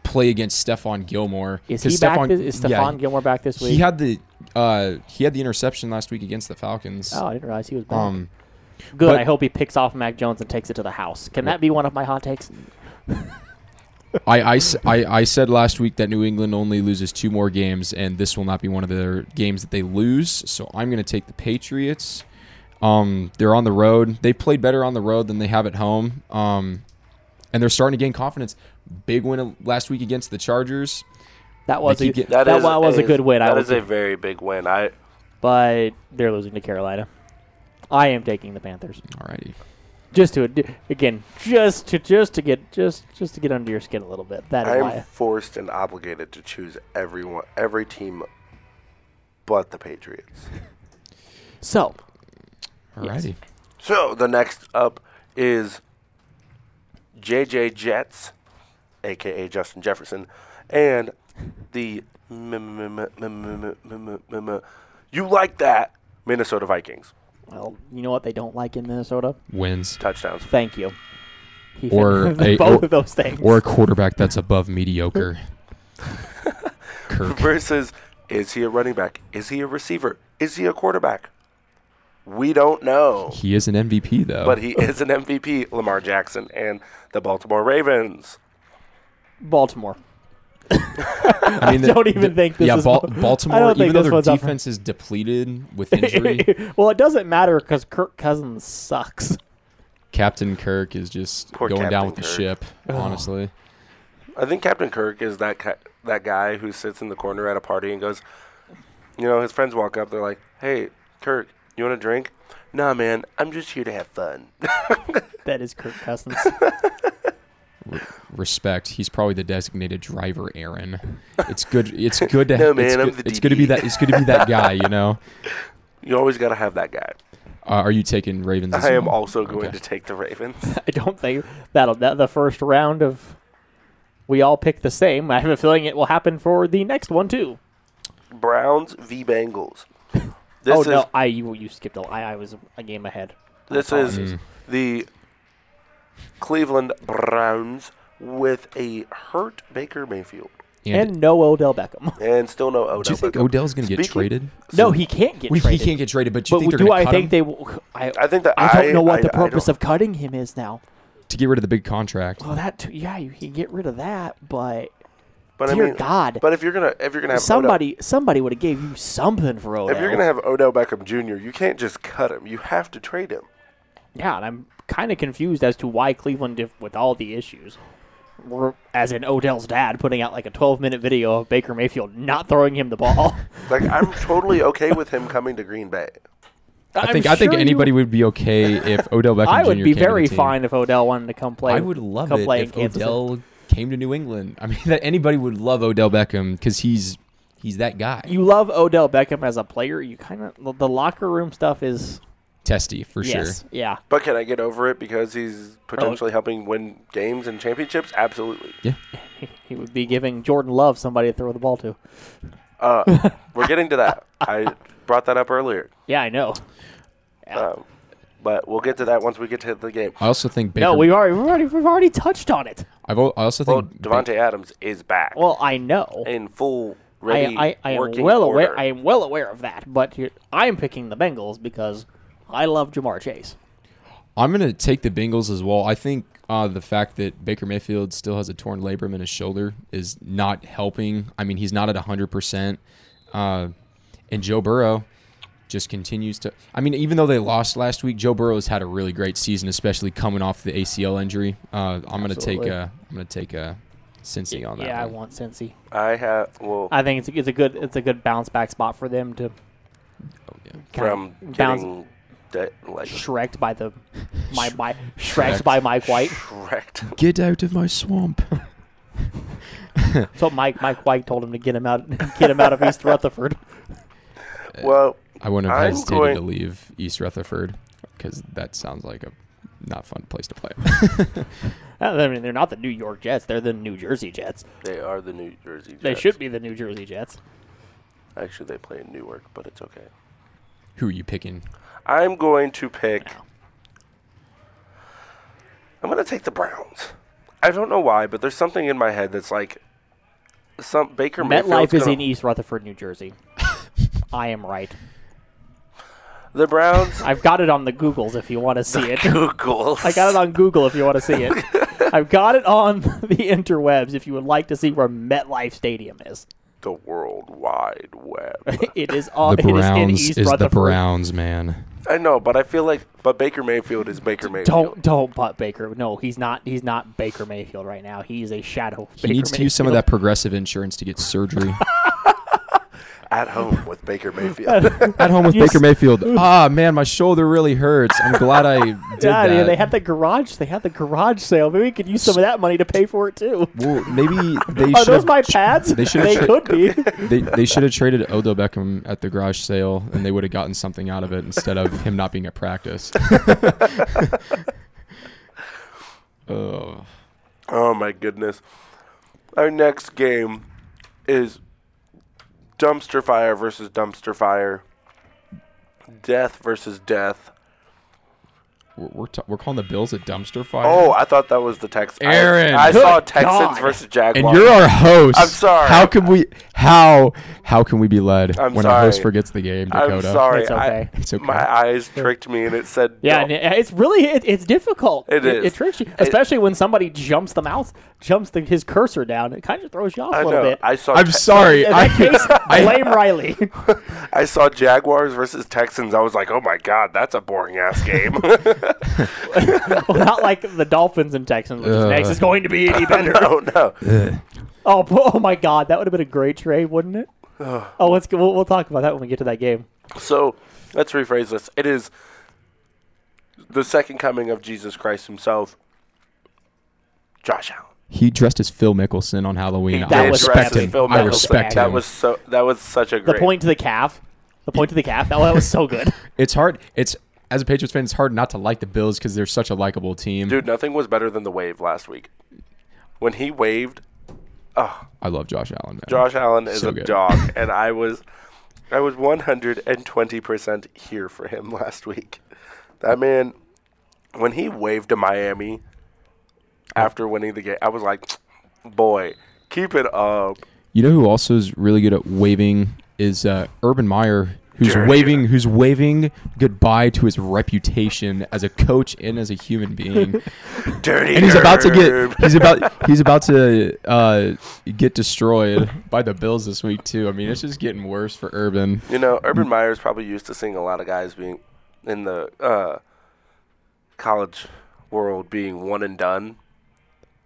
play against Stefan Gilmore.
Is
'Cause
he back?
Stephon-
This, is
yeah,
Stephon Gilmore back this week?
He had the uh, he had the interception last week against the Falcons.
oh, I didn't realize he was back.
Um,
Good.
But-
I hope he picks off Mac Jones and takes it to the house. Can that be one of my hot takes?
I, I s- I- I said last week that New England only loses two more games, and this will not be one of their games that they lose. So I'm going to take the Patriots. Um, they're on the road. They played better on the road than they have at home. Um, and they're starting to gain confidence. Big win last week against the Chargers.
That was
They
a,
keep get-
that,
is-
was a
is-
good win. I
That
will
is a very big win. I
but they're losing to Carolina. I am taking the Panthers
Alrighty.
just to again just to just to get just just to get under your skin a little bit. That is
I am
why
forced and obligated to choose everyone, every team, but the Patriots.
so.
Alrighty.
So the next up is JJ Jets, aka Justin Jefferson, and the m- m- m- m- m- m- m- m- you like that Minnesota Vikings
Well, you know what they don't like in Minnesota?
Wins.
touchdowns.
Thank you. He <laughs>
Or
fit
a-
both
or-
of those things.
Or a quarterback that's above mediocre. Kirk.
Versus, is he a running back? Is he a receiver? Is he a quarterback? We don't know.
He is an MVP, though.
But he is an MVP, Lamar Jackson, and the Baltimore Ravens.
Baltimore.
I, mean,
I don't even think this
yeah,
is-
Bal-
<laughs> I don't
Baltimore,
think
even though
this
their
one's up.
defense is depleted with
<laughs>
injury.
well, it doesn't matter because Kirk Cousins sucks. <laughs>
Captain Kirk is just
Poor
going down
Captain
with the
Kirk.
ship, honestly.
I think Captain Kirk is that ca- that guy who sits in the corner at a party and goes, you know, his friends walk up, they're like, "Hey, Kirk, you want a drink?" Nah, man, I'm just here to have fun. <laughs>
That is Kirk Cousins.
Respect. He's probably the designated driver, Aaron. It's good. It's good
<laughs>
to.
No,
it's
man, I'm
good,
the
it's good to be
DD.
that. It's good to be that guy. You know.
<laughs> you always gotta have that guy.
Uh, are you taking Ravens? as
I am
well?
also going
Mm, Okay.
to take the Ravens. <laughs>
I don't think that'll that the first round of we all pick the same. I have a feeling it will happen for the next one too.
Browns v Bengals. This
oh
is
no, I you, you skipped a I I was a game ahead.
this is the Cleveland Browns with a hurt Baker Mayfield
And,
And no
<laughs>
Odell Beckham.
and still no Odell.
do you think
Beckham.
Odell's going to get
Speaking-
traded?
no, he can't get
We, he
traded.
can't get traded, but do
but
you think they're
do
going
I
to cut
think
him
they will? I,
I think that
I don't know what
I-
the
I don't-
purpose of cutting him is now.
to get rid of the big contract?
Well, that too, yeah, you can get rid of that, but
But
dear God.
But if you're gonna if you're gonna have Odell-
somebody somebody would have gave you something for Odell.
If you're gonna have Odell Beckham Jr., you can't just cut him. You have to trade him.
yeah, and I'm kind of confused as to why Cleveland, if, with all the issues, were as in Odell's dad putting out like a 12 minute video of Baker Mayfield not throwing him
<laughs>
the ball. <laughs>
Like I'm totally okay with him coming to Green Bay.
I think I think anybody would be okay if Odell Beckham.
I would
Jr.
be
came to the
very
team.
fine if Odell wanted to come play.
I would love
come
it
play
if
in Kansas City.
Odell came to New England. I mean, <laughs> that anybody would love Odell Beckham because he's he's that guy.
You love Odell Beckham as a player. You kind of the locker room stuff is
Testy for
yes,
sure.
yeah. <laughs>
But can I get over it because he's
Oh.
potentially helping win games and championships? Absolutely.
He would be giving Jordan Love somebody to throw the ball to.
Uh, we're getting to that.
<laughs>
I brought that up earlier,
Yeah, I know.
um, but we'll get to that once we get to the game.
I also think Baker.
No, we've already, we've already we've already touched on it.
I've, al- I also
Well,
think
Devonte Adams is back
Well, I know.
in full ready
I, I, I am
working
well
order.
aware. I am well aware of that. But you I am picking the Bengals because I love Jamar Chase.
I'm going to take the Bengals as well. I think uh, the fact that Baker Mayfield still has a torn labrum in his shoulder is not helping. I mean, he's not at 100%. Uh, and Joe Burrow just continues to. I mean, even though they lost last week, Joe Burrow has had a really great season, especially coming off the ACL injury. Uh, I'm going to take
Absolutely.
uh, I'm going to take uh, Cincy on that.
yeah, I
one.
want Cincy.
I have well
I think it's a, it's a good it's a good bounce back spot for them to
from
bounce-
getting de- like <laughs>
shreked by the my by shreked by Mike White. <laughs>
wrecked.
Get out of my swamp.
So Mike Mike White told him to get him out <laughs> get him out of East Rutherford. <laughs>
Well,
I wouldn't have
I'm
hesitated
going-
to leave East Rutherford because that sounds like a not fun place
<laughs>
to play.
I mean, they're not the New York Jets; they're the New Jersey Jets.
they are the New Jersey. Jets.
They should be the New Jersey Jets.
Actually, they play in Newark, but it's okay.
Who are you picking?
I'm going to pick. I'm going to take the Browns. I don't know why, but there's something in my head that's like, some
E-
Baker Mayfield's
MetLife is
<laughs>
gonna-
in East Rutherford, New Jersey. <laughs> I am right.
The Browns.
I've got it on the Googles if you want to see
<laughs>
it.
Google.
I got it on Google if you want to see it. I've got it on <laughs> the interwebs if you would like to see where MetLife Stadium
<laughs>
is.
the World Wide Web.
It is on.
the
it is in
Browns
East
is, the
Rutherford.
Browns, man.
I know, but I feel like, but Baker Mayfield is Baker Mayfield.
Don't don't butt Baker. No, he's not. He's not Baker Mayfield right now. He is a shadow. Of
He
Baker
needs to use some of
Mayfield.
that progressive insurance to get
<laughs>
surgery
At home with Baker Mayfield.
<laughs>
at home with
You s-
Baker Mayfield. Ah, man, my shoulder really hurts. I'm glad
<laughs>
I did
Yeah,
that.
dude, they had the garage. They had the garage sale. Maybe we could use some of that money to pay for it too.
well,
<laughs>
maybe they
Are
should
those
have
my pads?
they should've
they
tra-
could be.
<laughs> they, they should have traded Odo Beckham at the garage sale, and they would have gotten something out of it instead of him not being at
<laughs>
practice. <laughs> oh,
oh my goodness. Our next game is Dumpster Fire versus Dumpster Fire. Death versus Death.
we're we're, ta- we're calling the Bills a dumpster fire.
Oh, I thought that was the Texans.
Aaron.
I, I
Good
saw Texans
God.
versus Jaguars.
and you're our host.
I'm sorry.
How can we how how can we be led
I'm
when our
sorry.
host forgets the game, Dakota?
I'm sorry.
It's
I-
okay.
It's okay.
My eyes tricked me, and it said
Yeah,
dump-
and it- it's really it, it's difficult.
It is.
It tricks you, especially when somebody jumps the mouse, jumps the, his cursor down. It kind of throws you off
I
a little
know.
bit.
I saw.
I'm
Te-
sorry.
In
<laughs> I,
that case, blame Riley. <laughs>
I saw Jaguars versus Texans. I was like, oh my god, that's a boring ass game. <laughs>
well, not like the Dolphins and Texans, which is
Ugh.
next is going to
<laughs>
be any better.
no, no.
oh, bo- oh my God, that would have been a great trade, wouldn't it? oh, let's go, we'll, we'll talk about that when we get to that game.
So let's rephrase this. It is the second coming of Jesus Christ himself. Josh Allen.
he dressed as Phil Mickelson on Halloween.
That
I
Did
was
dress
respect
as
him.
Phil
I
Mickelson.
respect
That
him.
was so. That was such a
The
great
point to the calf, the point to the calf. That, that was so good.
it's hard. It's as a Patriots fan, it's hard not to like the Bills because they're such a likable team.
dude. Nothing was better than the wave last week when he waved.
I love Josh Allen. Man.
Josh Allen is
So
a
good.
dog,
<laughs>
and I was, I was one hundred and twenty percent here for him <laughs> last week. That man, when he waved to Miami after winning the game, I was like, boy, keep it up.
You know who also is really good at waving is uh, Urban Meyer, who's
Dirty.
waving, who's waving goodbye to his reputation as a coach and as a
<laughs>
human being,
Dirty,
and he's about to
Herb.
get
<laughs>
he's about he's about to uh, get destroyed by the Bills this week too. I mean, it's just getting worse for Urban.
You know, Urban Meyer's probably used to seeing a lot of guys being in the uh, college world being one and done.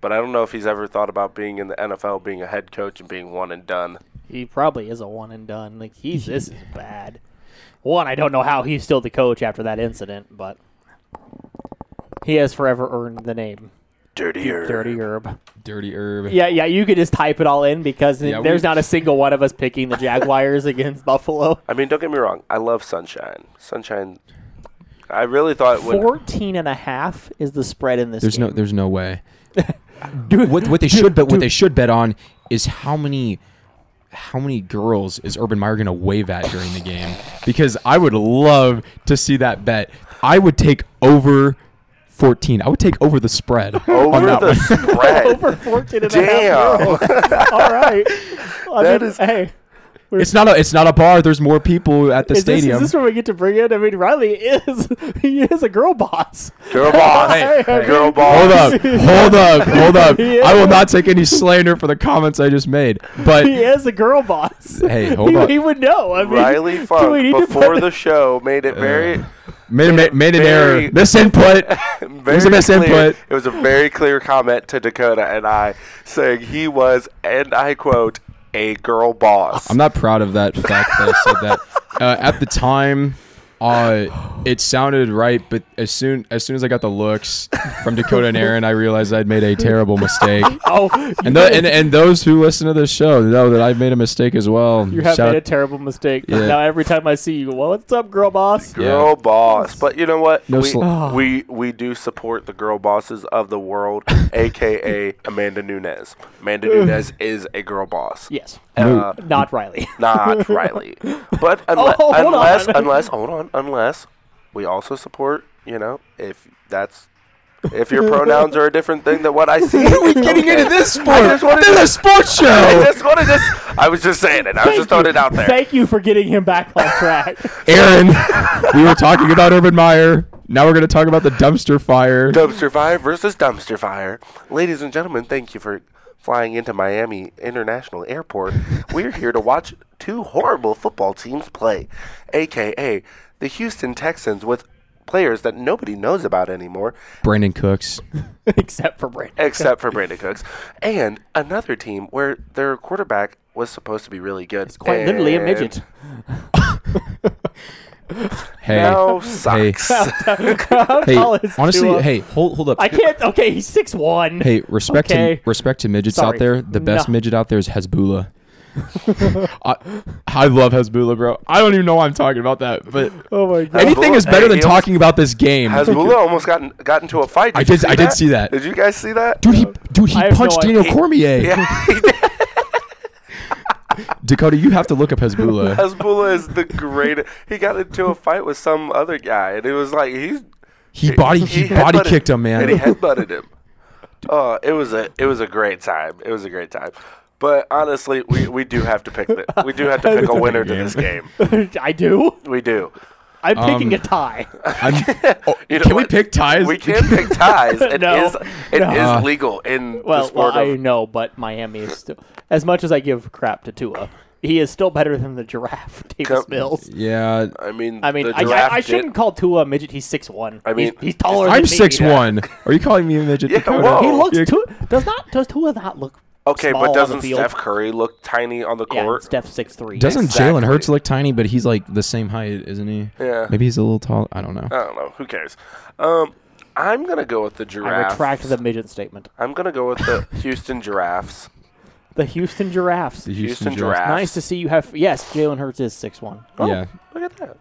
But I don't know if he's ever thought about being in the NFL, being a head coach, and being one and done.
He probably is a one and done. Like he's
<laughs>
this is bad. One, I don't know how he's still the coach after that incident, but he has forever earned the name
Dirtier.
Dirty Herb.
Dirty Urban.
Yeah, yeah, you could just type it all in because
Yeah,
there's
we- <laughs>
not a single one of us picking the Jaguars against Buffalo.
I mean, don't get me wrong. I love Sunshine. Sunshine. I really thought when
14 and a half is the spread in this
There's no
game.
there's no
<laughs>
way. what what they should bet what they should bet on is how many how many girls is Urban Meyer going to wave at during the game? Because I would love to see that bet. I would take over 14. I would take over the spread.
over
<laughs>
the spread.
Over 14 and a half
Damn.
girls.
<laughs>
all right. I
That
mean,
is-
hey,
It's not a it's not a bar. There's more people at the
is this,
stadium.
is this where we get to bring in? I mean, Riley is <laughs> he is a girl boss.
<laughs> Girl boss.
<laughs> Hey, hey.
Girl boss.
Hold up.
<laughs>
Hold up. Hold up.
He
I will not take any slander for the comments I just made.
<laughs>
But
He is a girl boss.
Hey, hold
he,
on.
he would know. I mean,
Riley
<laughs> do we
Funk
need to put
before the show made it very.
made, a- made, made an
Very-
error.
<laughs>
This input.
very
was a
clear,
misinput.
It was a very clear comment to Dakota and I saying he was, and I quote, a girl boss.
I'm not proud of that fact that I said
<laughs>
that. Uh, at the time, uh, it sounded right, but as soon as soon as I got the looks from Dakota and Aaron, I realized I'd made a terrible mistake.
<laughs> Oh,
And, tho- and and those who listen to this show know that I've made a mistake as well.
you have
Shout
made a
out-
terrible mistake.
Yeah.
Now every time I see you, well, what's up, girl boss?
girl boss. But you know what?
No
we,
Ah.
sl-
we we do support the girl bosses of the world,
<laughs>
aka Amanda Nunes. Amanda Nunes is a girl boss.
Yes,
Uh,
not Riley. <laughs>
not Riley. But unle-
Oh, hold on.
unless unless hold on, unless we also support, you know, if that's if your pronouns
<laughs>
are a different thing than what I see.
What are we getting into this
<laughs>
sport?
I just wanted
This is a sports show.
I just want to just I was just saying it. I was just throwing it out there.
Thank you for getting him back on
<laughs>
track. <laughs>
Aaron, we were talking about Urban Meyer. Now we're going to talk about the dumpster fire.
Dumpster fire versus dumpster fire. Ladies and gentlemen, thank you for flying into Miami International Airport. We're here to watch two horrible football teams play, aka the Houston Texans with players that nobody knows about anymore,
Brandon Cooks.
Except for Brandon.
except for Brandon Cooks, and another team where their quarterback was supposed to be really good. It's
Quite literally a midget.
Hey,
Now sucks. <laughs>
hey,
Tall as
honestly,
Tua.
hey, hold, hold up.
I can't. Okay, he's six one.
hey, respect
Okay.
to respect to midgets
Sorry.
out there. The best
No.
midget out there is
<laughs>
Hezbollah. I, I love Hezbollah, bro. I don't even know why I'm talking about that, but
Oh my god.
anything is
Hezbollah-
better than
hey, it was-
talking about this game.
Hezbollah almost got in, got into a fight.
I
you
did- I did see that.
Did you guys see that?
Dude, he dude he
I have no
punched
idea.
Daniel Cormier.
yeah, <laughs> he did.
Dakota, you have to look up Hezbollah.
Hezbollah is the greatest. He got into a fight with some other guy, and it was like he's
He body he, body
headbutted-
kicked him,
and he
man.
headbutted him. Oh, it was a it was a great time. It was a great time. But honestly, we, we do have to pick the, we do
<laughs>
have to pick a winner to this game.
<laughs> I do.
We do.
I'm
Um,
picking
<laughs>
a tie.
I'm- oh,
You know
can we
what?
pick ties?
We can pick ties. It is
<laughs> No.
it
No.
is
Uh,
legal in the
Well, well,
sport
I
of
know, but Miami is still. As much as I give crap to Tua, he is still better than the giraffe, <laughs> Davis
Come-
Mills.
<laughs> Yeah,
I mean
I mean,
the
I, I,
giraffe
I
did-
shouldn't call Tua a midget. He's six one.
I mean,
he's, he's taller. than
I'm
me.
six one. Are you calling me a midget?
Yeah,
Dakota?
whoa.
He looks
You're-
Tua does not does Tua not look
Okay,
small on
but
the
doesn't
field?
Steph Curry look tiny on the
yeah,
court?
Steph six three.
Doesn't
Exactly.
Jalen Hurts look tiny? But he's like the same height, isn't he?
Yeah. Oh,
Maybe he's a little tall. I don't know.
I don't know. Who cares? Um, I'm gonna go with the
I
giraffe.
retract the midget statement.
I'm gonna go with
<laughs>
the Houston Giraffes.
The Houston Giraffes.
The
Houston,
Jazz.
Giraffes.
Nice to see you have. Yes, Jalen Hurts is six one.
Oh,
Yeah.
Look at that.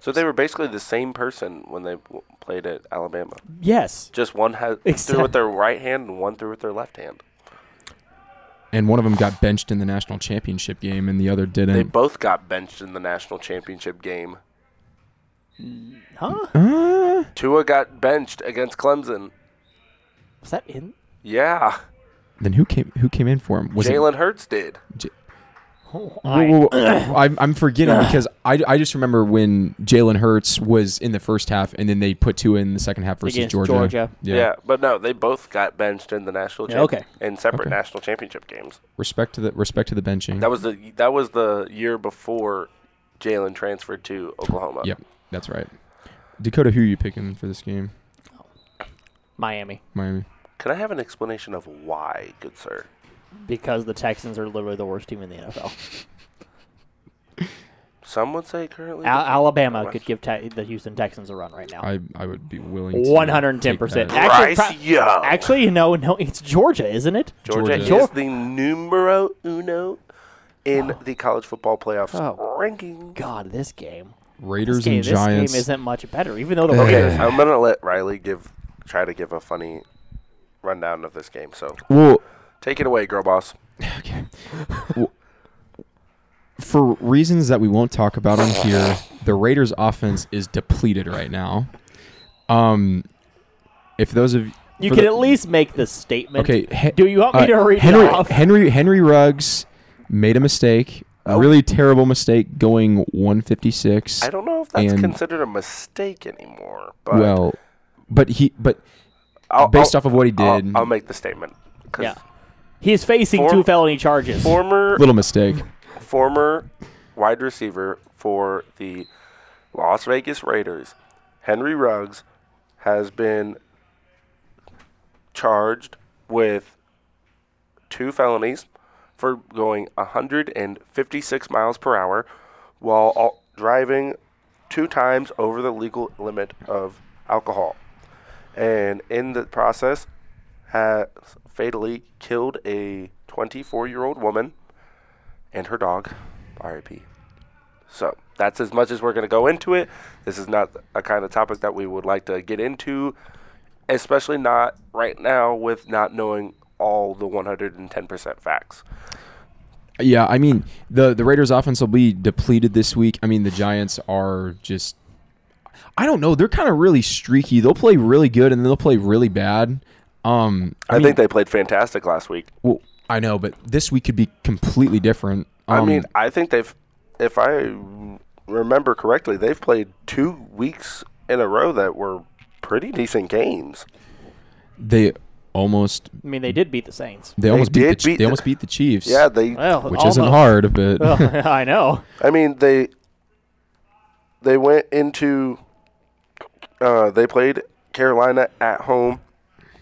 So they were basically the same person when they w- played at Alabama.
Yes,
Just one had
Except-
threw with their right hand and one threw with their left hand.
And one of them got benched in the national championship game, and the other
They
didn't.
both got benched in the national championship game.
huh?
Uh,
Tua got benched against Clemson.
Was that in?
Yeah,
then who came? Who came in for him? Was it-
Jalen Hurts did.
J-
Oh,
Whoa,
I,
whoa, whoa. <coughs> I'm, I'm forgetting because I, I just remember when Jalen Hurts was in the first half, and then they put two in the second half versus
Against
Georgia.
Georgia.
Yeah. but no, they both got benched in the national.
Yeah,
champ-
okay.
In separate
Okay.
national championship games.
Respect to the respect to the benching.
That was the that was the year before Jalen transferred to Oklahoma.
yep, that's right. Dakota, who are you picking for this game?
Miami
Miami.
Can I have an explanation of why, good sir?
because the Texans are literally the worst team in the NFL.
Some would say currently.
Al- Alabama could give te- the Houston Texans a run right now.
I, I would be willing. to
One hundred and ten
take
percent.
that.
Bryce Young.
actually, no, no, it's Georgia, isn't it?
Georgia,
Georgia.
is the numero uno in the college football playoffs
Oh.
ranking.
God, this game.
Raiders
This game,
and
this game
Giants. Eh.
isn't much better, even though the
Okay.
Raiders.
I'm gonna let Riley give try to give a funny rundown of this game. So
well,
take it away, girl boss.
Okay. W- <laughs> For reasons that we won't talk about on here, the Raiders' offense is depleted right now. Um, if those of
You
for
can
the-
at least make the statement.
okay, Hen-
Do you want me
uh,
to read it
Henry
off?
Henry Henry Ruggs made a mistake,
Oh.
a really terrible mistake, going 156.
I don't know if that's
And-
considered a mistake anymore, but
well, but he but
I'll-
based
I'll-
off of what he did,
I'll, I'll make the statement. 'Cause
Yeah. He is facing
Form-
two felony charges.
Former
little mistake.
former wide receiver for the Las Vegas Raiders, Henry Ruggs, has been charged with two felonies for going 156 miles per hour while al- driving two times over the legal limit of alcohol. And in the process, has fatally killed a 24 year old woman and her dog, RIP. So that's as much as we're going to go into it. This is not a kind of topic that we would like to get into, especially not right now with not knowing all the 110% facts.
Yeah, I mean the the Raiders' offense will be depleted this week. I mean the Giants are just, I don't know. They're kind of really streaky. They'll play really good and then they'll play really bad. Um,
I, think they played fantastic last week.
well, I know, but this week could be completely different.
I mean,
Um,
I think they've, if I remember correctly, they've played two weeks in a row that were pretty decent games.
they almost
I mean, they did beat the Saints.
they, almost beat,
did
the, Chi-
beat
they
the-
almost beat the Chiefs.
Yeah, they.
Well,
which isn't
almost.
<laughs>
hard, but
<laughs> Well, <laughs> I know.
I mean, they. They went into. Uh, they played Carolina at home,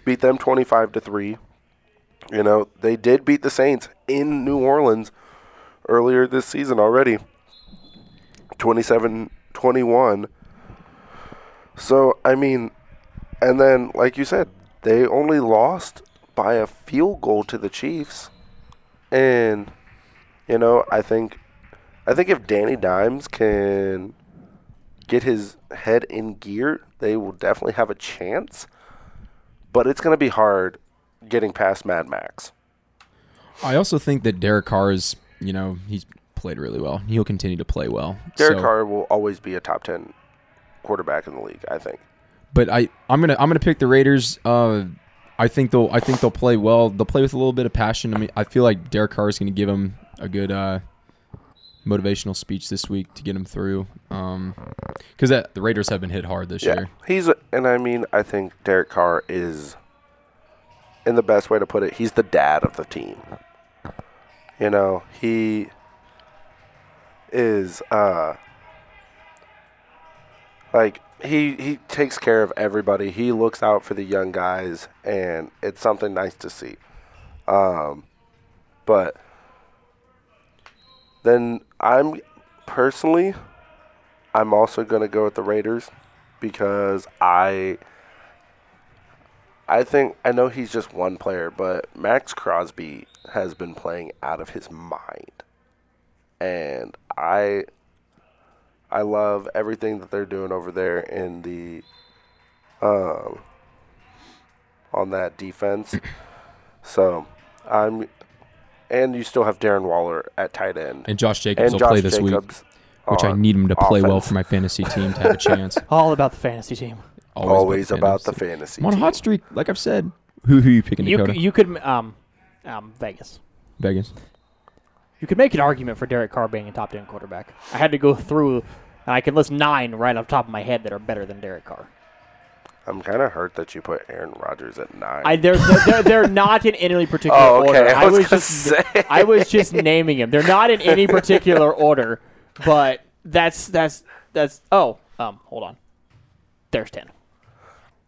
beat them twenty-five to three. You know, they did beat the Saints in New Orleans earlier this season already. 27-21. So, I mean, and then like you said, they only lost by a field goal to the Chiefs. And you know, I think I think if Danny Dimes can get his head in gear, they will definitely have a chance. But it's going to be hard getting past Mad Max.
I also think that Derek Carr is, you know, he's played really well. He'll continue to play well.
Derek
So-
Carr will always be a top 10 quarterback in the league, I think.
but I I'm gonna I'm gonna pick the Raiders. Uh, I think they'll I think they'll play well. They'll play with a little bit of passion. I mean, I feel like Derek Carr is gonna give them a good uh, motivational speech this week to get them through. Um, because the Raiders have been hit hard this
Yeah.
year.
He's and I mean, I think Derek Carr is in the best way to put it, he's the dad of the team. You know, he is uh like he he takes care of everybody. He looks out for the young guys and it's something nice to see. Um but then I'm personally I'm also going to go with the Raiders because I I think I know he's just one player, but Max Crosby has been playing out of his mind. And I I love everything that they're doing over there in the um on that
<clears throat>
defense. so, I'm and you still have Darren Waller at tight end.
And Josh
And
Jacobs will
Josh
play this
Jacobs
week, which I
on
need him to play well
offense.
for my fantasy team to have a chance.
All about the fantasy team.
<laughs> Always, about the fantasy.
fantasy. I'm on a
team.
hot streak, like I've said. Who who you picking,
You
Dakota?
you could um, um Vegas.
Vegas.
You could make an argument for Derek Carr being a top ten quarterback. I had to go through, and I can list nine right off the top of my head that are better than Derek Carr.
I'm kind of hurt that you put Aaron Rodgers at nine.
I they're they're, they're, they're not in any particular
Oh, okay.
order.
I was gonna
just
say.
I was just naming them. They're not in any particular order, but that's that's that's oh um hold on. There's ten.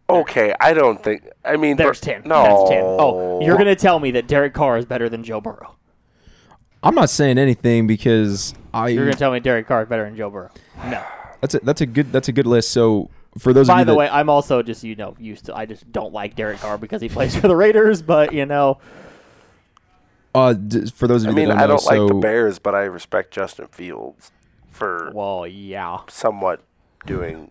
okay, I don't think. I mean,
There's
but-
ten.
No,
That's ten. Oh, you're gonna tell me that Derek Carr is better than Joe Burrow.
I'm not saying anything because I
You're gonna tell me Derek Carr is better than Joe Burrow. No.
that's a that's a good that's a good list. So for those of
By
you
the
that,
way, I'm also just you know used to. I just don't like Derek Carr because he plays for the Raiders. But you know,
Uh, d- for those
I
of you
mean,
that don't
I don't
know, so
like the Bears, but I respect Justin Fields for
well, yeah.
somewhat doing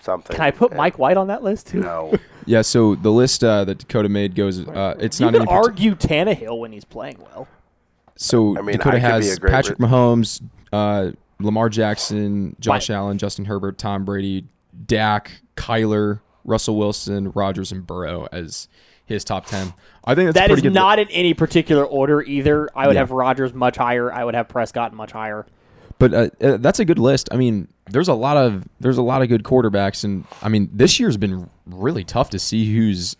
something.
Can I put
And
Mike White on that list too?
<laughs> No,
yeah. So the list uh, that Dakota made goes. Uh, it's
You
not any
could
parti-
argue Tannehill when he's playing well.
so
I mean,
Dakota
I could be
has
a great
Patrick
re-
Mahomes, uh, Lamar Jackson, Josh
Right.
Allen, Justin Herbert, Tom Brady, Dak, Kyler, Russell Wilson, Rogers, and Burrow as his top ten. I think that's a
That
pretty
is
good.
not in any particular order either. I would
Yeah.
have Rogers much higher. I would have Prescott much higher.
but uh, uh, that's a good list. I mean, there's a lot of there's a lot of good quarterbacks, and I mean, this year's been really tough to see who's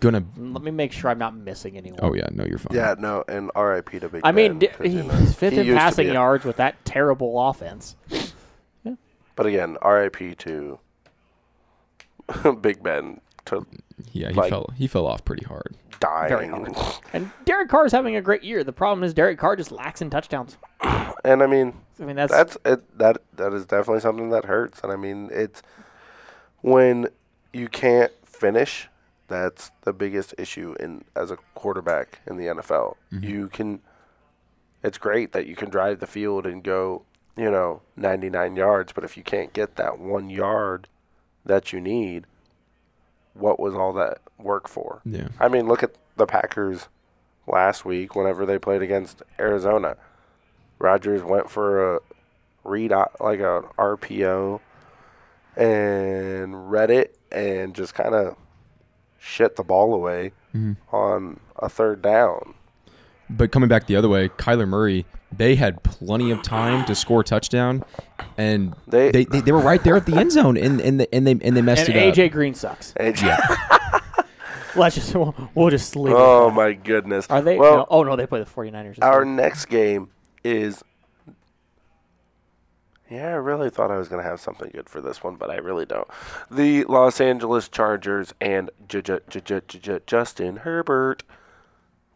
gonna.
Let me make sure I'm not missing anyone.
Oh yeah, no, you're fine.
yeah, no, and R.I.P. to Big
I mean,
Ben,
d-
'cause, you know,
he's fifth
he used
in
to
passing
be a-
yards with that terrible offense.
But again, R.I.P. to <laughs> Big Ben to
yeah, he
like-
fell he fell off pretty hard.
Very
dying.
hard. And Derek Carr is having a great year. The problem is Derek Carr just lacks in touchdowns.
And I mean,
I mean, that's,
that's it, that that is definitely something that hurts and i mean it's when you can't finish that's the biggest issue in as a quarterback in the NFL you can it's great that you can drive the field and go you know 99 yards but if you can't get that 1 yard that you need what was all that work for
Yeah.
I mean, look at the Packers last week whenever they played against Arizona. Rodgers went for a read o- like an RPO and read it and just kind of shit the ball away on a third down.
But coming back the other way, Kyler Murray, they had plenty of time to score a touchdown, and
They-
they they, they, were right there at the end zone, and and, the, and they and they messed
And
it
AJ
up.
Green sucks.
Yeah.
Let's just <laughs> we'll, we'll just leave.
<laughs>
it.
Oh my goodness.
Are they?
Well,
no, oh no, they play the 49ers. this
our
week.
next game is. Yeah, I really thought I was going to have something good for this one, but I really don't. The Los Angeles Chargers and J- J- J- J- J- J- Justin Herbert,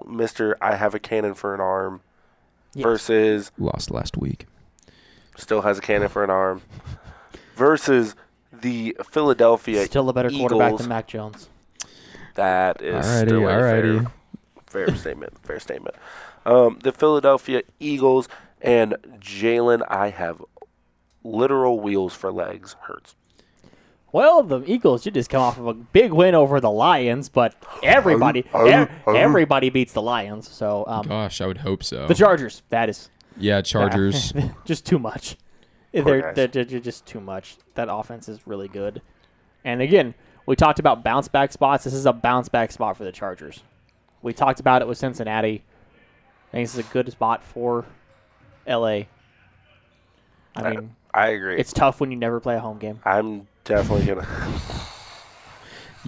Mister, I have a cannon for an arm,
Yes.
versus
Lost last week.
still has a cannon for an arm, versus the Philadelphia
still a better
Eagles.
quarterback than Mac Jones.
That is
Alrighty,
still a fair
alrighty.
Fair <laughs> statement. Fair statement. Um, the Philadelphia Eagles and Jalen, I have literal wheels for legs. Hurts.
Well, the Eagles did just come off of a big win over the Lions, but everybody
Oh, oh,
ev-
oh.
everybody beats the Lions. So um,
Gosh, I would hope so.
the Chargers, that is
yeah,
<laughs>
Chargers.
just too much.
guys.
They're, they're, they're just too much. That offense is really good. And again, we talked about bounce back spots. This is a bounce back spot for the Chargers. We talked about it with Cincinnati. I think this is a good spot for LA. I
Uh,
mean,
I agree.
it's tough when you never play a home game.
I'm definitely gonna. <laughs>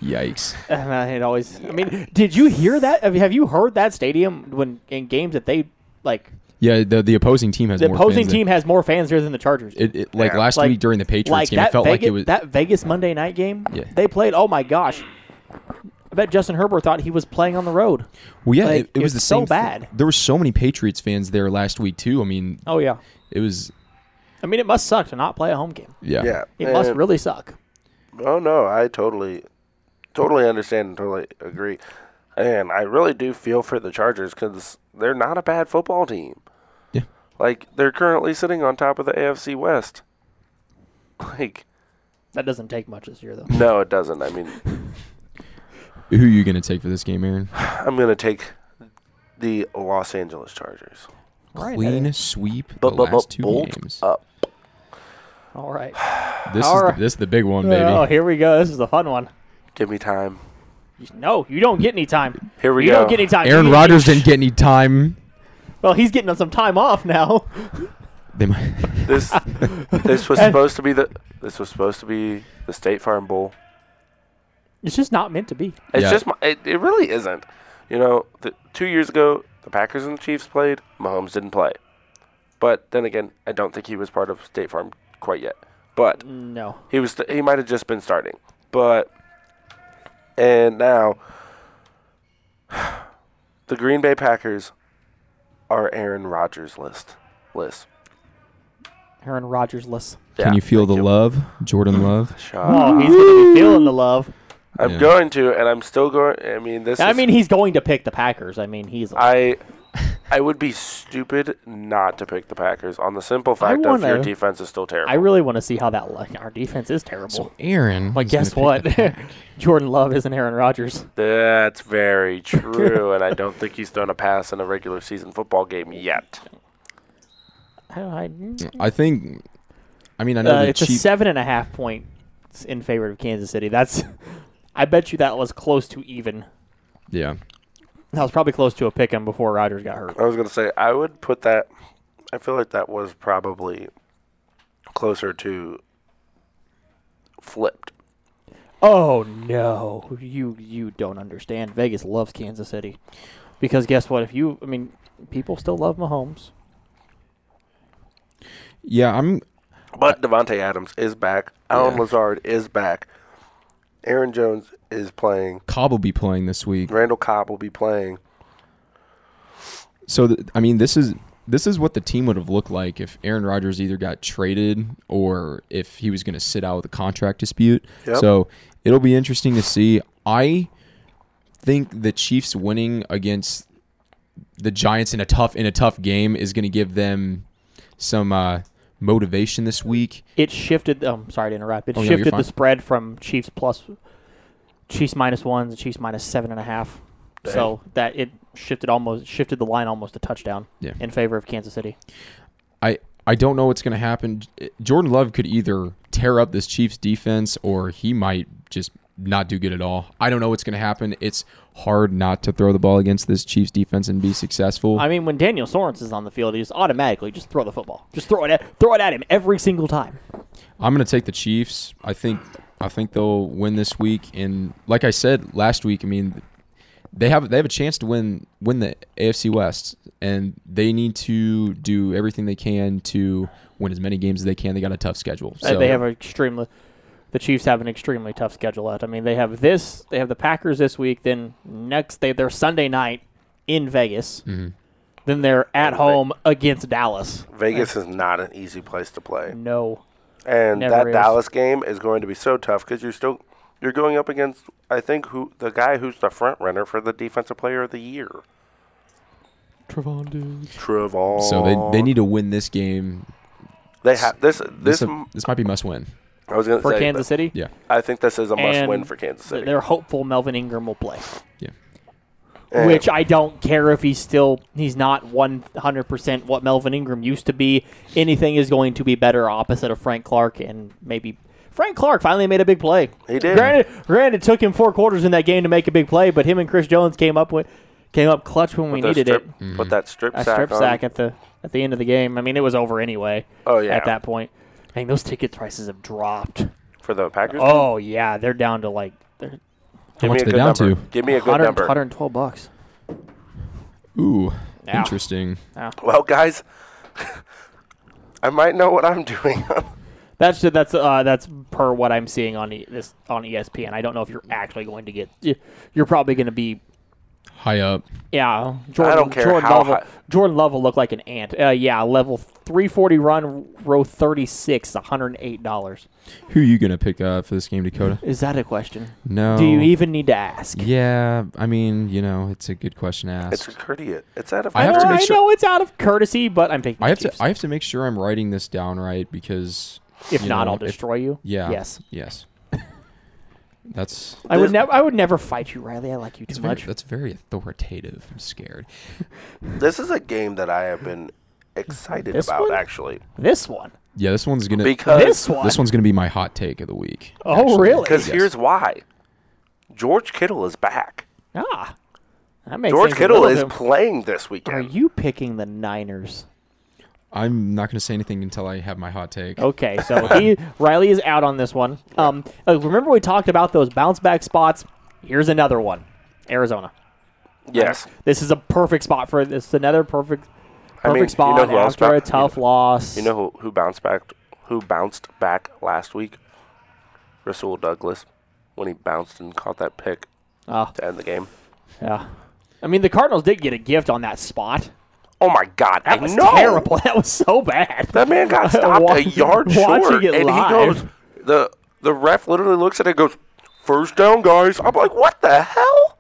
Yikes.
<laughs> And I had always. I mean, did you hear that? I mean, have you heard that stadium when in games that they like
Yeah, the the opposing team has
the
more
opposing
fans than-
team has more fans here than the Chargers?
It, it, like
Yeah.
last
Like-
week during the Patriots
like
game,
that
it felt
Vegas,
like it was
that Vegas Monday night game.
Yeah.
They played. Oh my gosh! I bet Justin Herbert thought he was playing on the road.
Well, yeah,
Like,
it, it was the
it's so
same. thi-
bad.
There were so many Patriots fans there last week too. I mean,
Oh yeah.
it was
I mean, it must suck to not play a home game.
yeah.
Yeah.
It must
and-
really suck.
Oh no, I totally, totally understand and totally agree, and I really do feel for the Chargers because they're not a bad football team.
Yeah.
Like they're currently sitting on top of the AFC West. <laughs> Like
That doesn't take much
<laughs>
this year, though.
no, it doesn't. I mean,
Who are you gonna take for this game, Aaron?
I'm gonna take the Los Angeles Chargers.
Right.
Clean sweep the
But but
last
but
two
bolt
games.
up.
All right.
This is
Alright.
the, this is the big one, baby.
Oh, here we go. This is a fun one.
Give me time.
No, you don't get any time.
Here we
you
go.
don't get any time.
Aaron
You-
Rodgers didn't get any time.
<laughs> Well, he's getting some time off now.
They might. <laughs>
<laughs>
This this was supposed to be the this was supposed to be the State Farm Bowl.
It's just not meant to be.
It's
Yeah.
just my, it, it really isn't. You know, the, two years ago the Packers and the Chiefs played. Mahomes didn't play, but then again, I don't think he was part of State Farm quite yet. But
No.
he was st- he might have just been starting, but and now <sighs> the Green Bay Packers are Aaron Rodgers list list.
Aaron Rodgers less.
Can
Yeah,
you feel
thank Mm-hmm.
the love, Jordan Love?
Shut
Oh,
up.
he's gonna be feeling the love.
I'm
Yeah.
going to, and I'm still going. I mean, this.
I
is-
mean, he's going to pick the Packers. I mean, he's.
I, I would be stupid not to pick the Packers on the simple fact of
wanna-
your defense is still
I
terrible.
really want to see how that like our defense is terrible.
So Aaron.
but
is gonna
guess
pick the
what?
Pack-
<laughs> Jordan Love isn't Aaron Rodgers.
That's
<laughs>
very true, and I don't think he's thrown a pass in a regular season football game yet.
I, I,
I think. I mean, I know
uh,
the
it's a
Chiefs.
seven and a half point in favor of Kansas City. That's. <laughs> I bet you that was close to even.
yeah.
That was probably close to a pick 'em before Rodgers got hurt.
I was gonna say I would put that. I feel like that was probably closer to flipped.
Oh no, you you don't understand. Vegas loves Kansas City because guess what? If you, I mean, people still love Mahomes.
Yeah. I'm.
But Devonte Adams is back. Alan Lazard is back. Aaron Jones is playing.
Cobb will be playing this week.
Randall Cobb will be playing.
So th- I mean, this is this is what the team would have looked like if Aaron Rodgers either got traded or if he was going to sit out with a contract dispute.
Yep.
So it'll be interesting to see. I think the Chiefs winning against the Giants in a tough in a tough game is going to give them some uh, motivation this week.
it shifted. Um, sorry to interrupt. It
Oh, no, you're
shifted the
fine.
spread from Chiefs plus Chiefs minus one to Chiefs minus seven and a half. So that it shifted almost shifted the line almost a touchdown
Yeah.
in favor of Kansas City.
I I don't know what's going to happen. Jordan Love could either tear up this Chiefs defense or he might just not do good at all. I don't know what's going to happen. It's hard not to throw the ball against this Chiefs defense and be successful.
I mean, when Daniel Sorensen is on the field, he's automatically just throw the football, just throw it, at, throw it at him every single time.
I'm going to take the Chiefs. I think I think they'll win this week. And like I said last week, I mean, they have they have a chance to win win the AFC West, and they need to do everything they can to win as many games as they can. They got a tough schedule.
Uh, They- they have an extremely, the Chiefs have an extremely tough schedule left. I mean, they have this, they have the Packers this week, then next they they're Sunday night in Vegas, then they're at home against Dallas.
Vegas is not an easy place to play,
No,
and
Never
that
is.
Dallas game is going to be so tough because you're still you're going up against I think who the guy who's the front runner for the defensive player of the year,
Travon
Trevon.
so they, they need to win this game.
they have this
This
this.
this, might be must win.
I was going to
for
say
Kansas
but
City.
Yeah,
I think this is a must
And
win for Kansas City.
They're hopeful Melvin Ingram will play.
yeah.
And-
which I don't care if he's still he's not one hundred percent what Melvin Ingram used to be. Anything is going to be better opposite of Frank Clark and maybe Frank Clark finally made a big play.
He did.
Granted, granted, it took him four quarters in that game to make a big play, but him and Chris Jones came up with came up clutch when we
the
needed
strip,
it.
Mm-hmm.
Put that strip
A
sack
strip
on.
sack at the at the end of the game. I mean, it was over anyway.
Oh, yeah.
At that point, dang, those ticket prices have dropped.
for the Packers.
Oh yeah, they're down to like they're
Give me
How
a
much are they
good
down
number. Give me a good
100
number.
112 bucks.
to? Ooh,
Yeah.
interesting.
Well, guys, <laughs> I might know what I'm doing. <laughs>
That's that's uh, that's per what I'm seeing on e- this on ESPN. I don't know if you're actually going to get. y- You're probably going to be.
High up.
Yeah, Jordan,
don't care
Jordan
how
Love. will-
high-
Jordan Love will look like an ant. Uh, yeah, level 340 run, row 36, 108 dollars.
Who are you gonna pick up for this game, Dakota?
Is that a question?
No.
Do you even need to ask?
Yeah, I mean, you know, it's a good question to ask.
it's courteous. It's out of.
I have to
Oh,
make
I
sure-
know it's out of courtesy, but I'm taking.
I have
the Chiefs.
to I have to make sure I'm writing this down right because
if
you
not,
know,
I'll
if-
destroy you.
Yeah.
Yes.
Yes. <laughs> That's
I would
This-
never. I would never fight you, Riley. I like you too
that's very,
much.
that's very authoritative. I'm scared.
This is a game that I have been excited
This
about
one?
actually
This one.
Yeah, this one's gonna
because
This one.
this one's gonna be my hot take of the week.
Oh, really?
because
Yes.
here's why. George Kittle is back.
Ah, that makes
George
things a
Kittle
little
is
bit-
playing this
Are
weekend.
you picking the Niners?
I'm not gonna say anything until I have my hot take.
Okay, so
<laughs>
he Riley is out on this one. Um, uh, remember we talked about those bounce back spots. Here's another one, Arizona.
yes,
This is a perfect spot for this. is Another perfect, perfect
mean, you
spot
know who else
after a
bounced- you
tough loss.
you know who, who bounced back? Who bounced back last week? Rasul Douglas when he bounced and caught that pick
Ah,
to end the game.
yeah. I mean, the Cardinals did get a gift on that spot.
Oh my God!
That
I
was
know.
terrible. <laughs> That was so bad.
That man
<laughs>
got stopped a
Watch-
yard
watching
short,
it
and
live.
he goes. the The ref literally looks at it, and goes, first down, guys." I'm like, "What the hell?"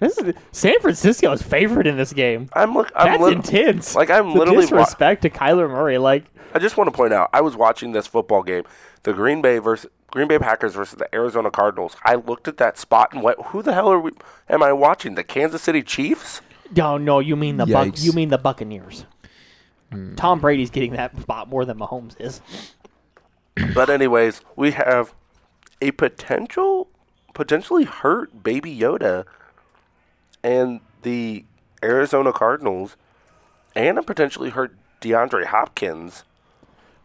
This is San Francisco is favored in this game.
I'm look. I'm
That's
lit-
intense.
Like I'm
The
literally. Wa-
disrespect to Kyler Murray. Like
I just want to point out, I was watching this football game, the Green Bay versus Green Bay Packers versus the Arizona Cardinals. I looked at that spot and went, "Who the hell are we? Am I watching the Kansas City Chiefs?"
No, no, you mean the buck,
Yikes.
you mean the Buccaneers. Tom Brady's getting that spot more than Mahomes is.
But anyways, we have a potential, potentially hurt Baby Yoda, and the Arizona Cardinals, and a potentially hurt DeAndre Hopkins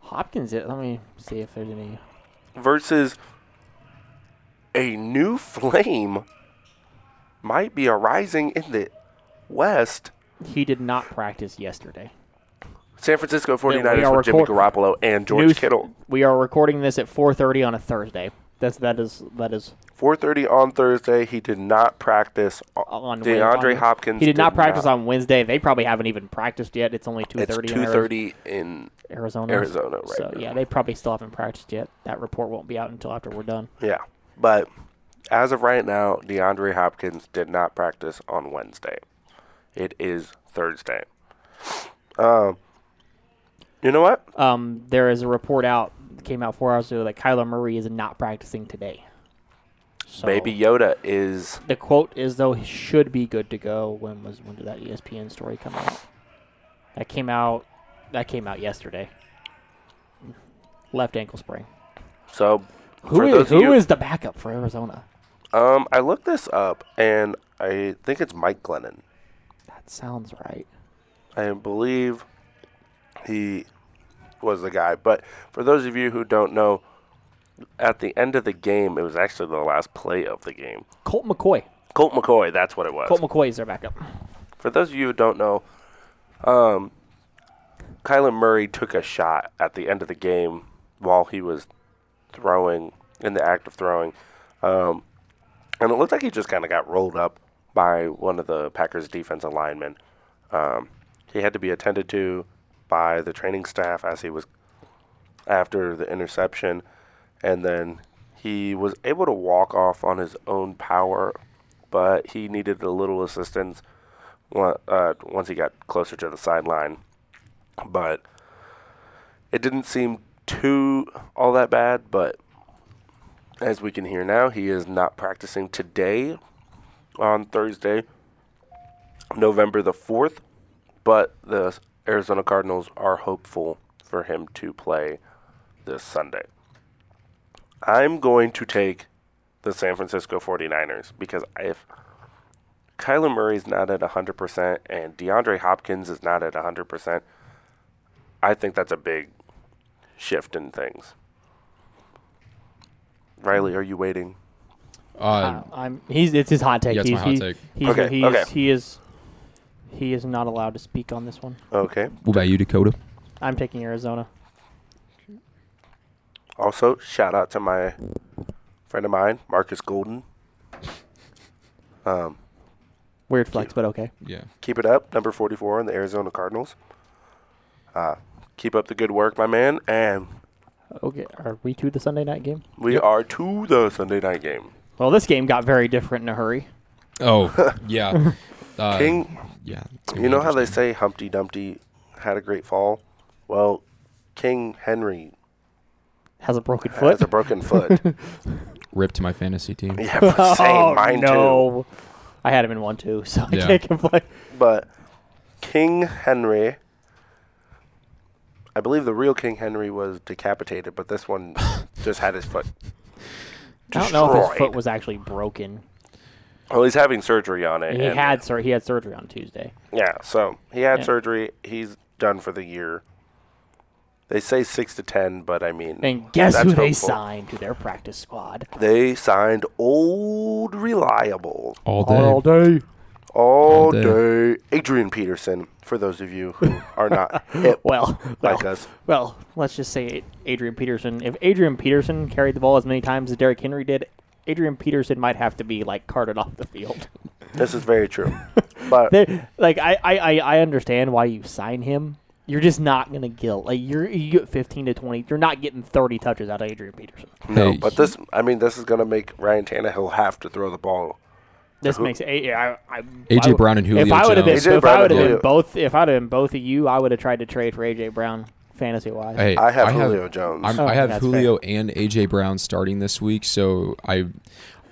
Hopkins, it- let me see if there's any.
versus a new flame. Might be arising in the West.
He did not practice yesterday.
San Francisco
we
49ers
are
with Jimmy
record-
Garoppolo and George
News-
Kittle.
We are recording this at 4:30 on a Thursday. That's that is that is
4:30 on Thursday. He did not practice.
on Wed-
DeAndre
on-
Hopkins.
He did not practice on Wednesday. They probably haven't even practiced yet. It's only
It's
2:30. in Ari-
2:30 in
Arizona.
Arizona right
So
now.
yeah, they probably still haven't practiced yet. That report won't be out until after we're done.
Yeah. But as of right now, DeAndre Hopkins did not practice on Wednesday. It is Thursday. Um, you know what?
Um, there is a report out came out four hours ago that Kyler Murray is not practicing today. So
Baby Yoda is.
the quote is though he should be good to go. When was when did that E ESPN story come out? That came out that came out yesterday. Left ankle sprain.
So
Who
For
is
those of
who
you-
is the backup for Arizona?
Um, I looked this up, and I think it's Mike Glennon.
That sounds right.
I believe he was the guy. But for those of you who don't know, at the end of the game, it was actually the last play of the game.
Colt McCoy.
Colt McCoy, that's what it was.
Colt McCoy is their backup.
Um, for those of you who don't know, um, Kyler Murray took a shot at the end of the game while he was throwing, in the act of throwing. Um, and it looked like he just kind of got rolled up by one of the Packers' defensive linemen. Um, he had to be attended to by the training staff as he was after the interception. And then he was able to walk off on his own power, but he needed a little assistance wa- uh, once he got closer to the sideline. But it didn't seem too all that bad. But as we can hear now, he is not practicing today on Thursday, November the 4th. But the Arizona Cardinals are hopeful for him to play this Sunday. I'm going to take the San Francisco 49ers because if Kyler Murray's not at 100% and DeAndre Hopkins is not at 100%, I think that's a big shift in things. Riley, are you waiting?
Ah.
Uh,
Um, I'm. He's. It's his hot take.
Yeah, it's
he's,
my hot
he-
take.
He's,
Okay,
He's,
okay.
He is. He is not allowed to speak on this one.
Okay.
what about you, Dakota?
I'm taking Arizona.
Also, shout out to my friend of mine, Marcus Golden. Um,
Weird flex, but okay.
Yeah.
keep it up, number 44 in the Arizona Cardinals. Uh, keep up the good work, my man. And
Okay. Are we to the Sunday night game?
we are to the Sunday night game.
Well, this game got very different in a hurry.
<laughs>
Oh, yeah. Uh,
King,
Yeah. it's gonna
You
be
know how they say
interesting.
Humpty Dumpty had a great fall? Well, King Henry
Has a broken
has
foot.
a broken
<laughs>
foot. <laughs>
ripped my fantasy team.
yeah, but same,
oh
mine too.
no! I had him in one too, so I
Yeah.
can't complain.
But King Henry, I believe the real King Henry was decapitated, but this
<laughs>
one just had his foot.
I don't know if his
Destroyed.
foot was actually broken.
Well, he's having surgery on it.
He
and-
had sur- he had surgery on Tuesday.
Yeah, so he had
Yeah.
surgery. He's done for the year. They say six to ten, but I mean,
And guess
that's
who they
hopeful.
signed to their practice squad?
They signed old reliable.
All day.
All day.
all
day.
day. Adrian Peterson, for those of you who are
<laughs>
not hip
Well, well,
like us.
well, let's just say Adrian Peterson. If Adrian Peterson carried the ball as many times as Derrick Henry did, Adrian Peterson might have to be like carted off the field.
This is very true. But
They- like I, I, I, I understand why you sign him. You're just not gonna kill. Like you're you get 15 to 20. You're not getting 30 touches out of Adrian Peterson.
no,
Hey,
but this I mean this is gonna make Ryan Tannehill have to throw the ball.
This
Who-
makes a, yeah, I, I,
AJ
I-
Brown and
If
Julio
I would have been,
Jones.
AJ
if
Brown
I would
and
have been
Julio.
both, if I'd have been both of you, I would have tried to trade for AJ Brown fantasy wise.
Hey,
I have Julio Jones.
I'm,
Oh,
I have
that's
Julio and AJ Brown starting this week, so I,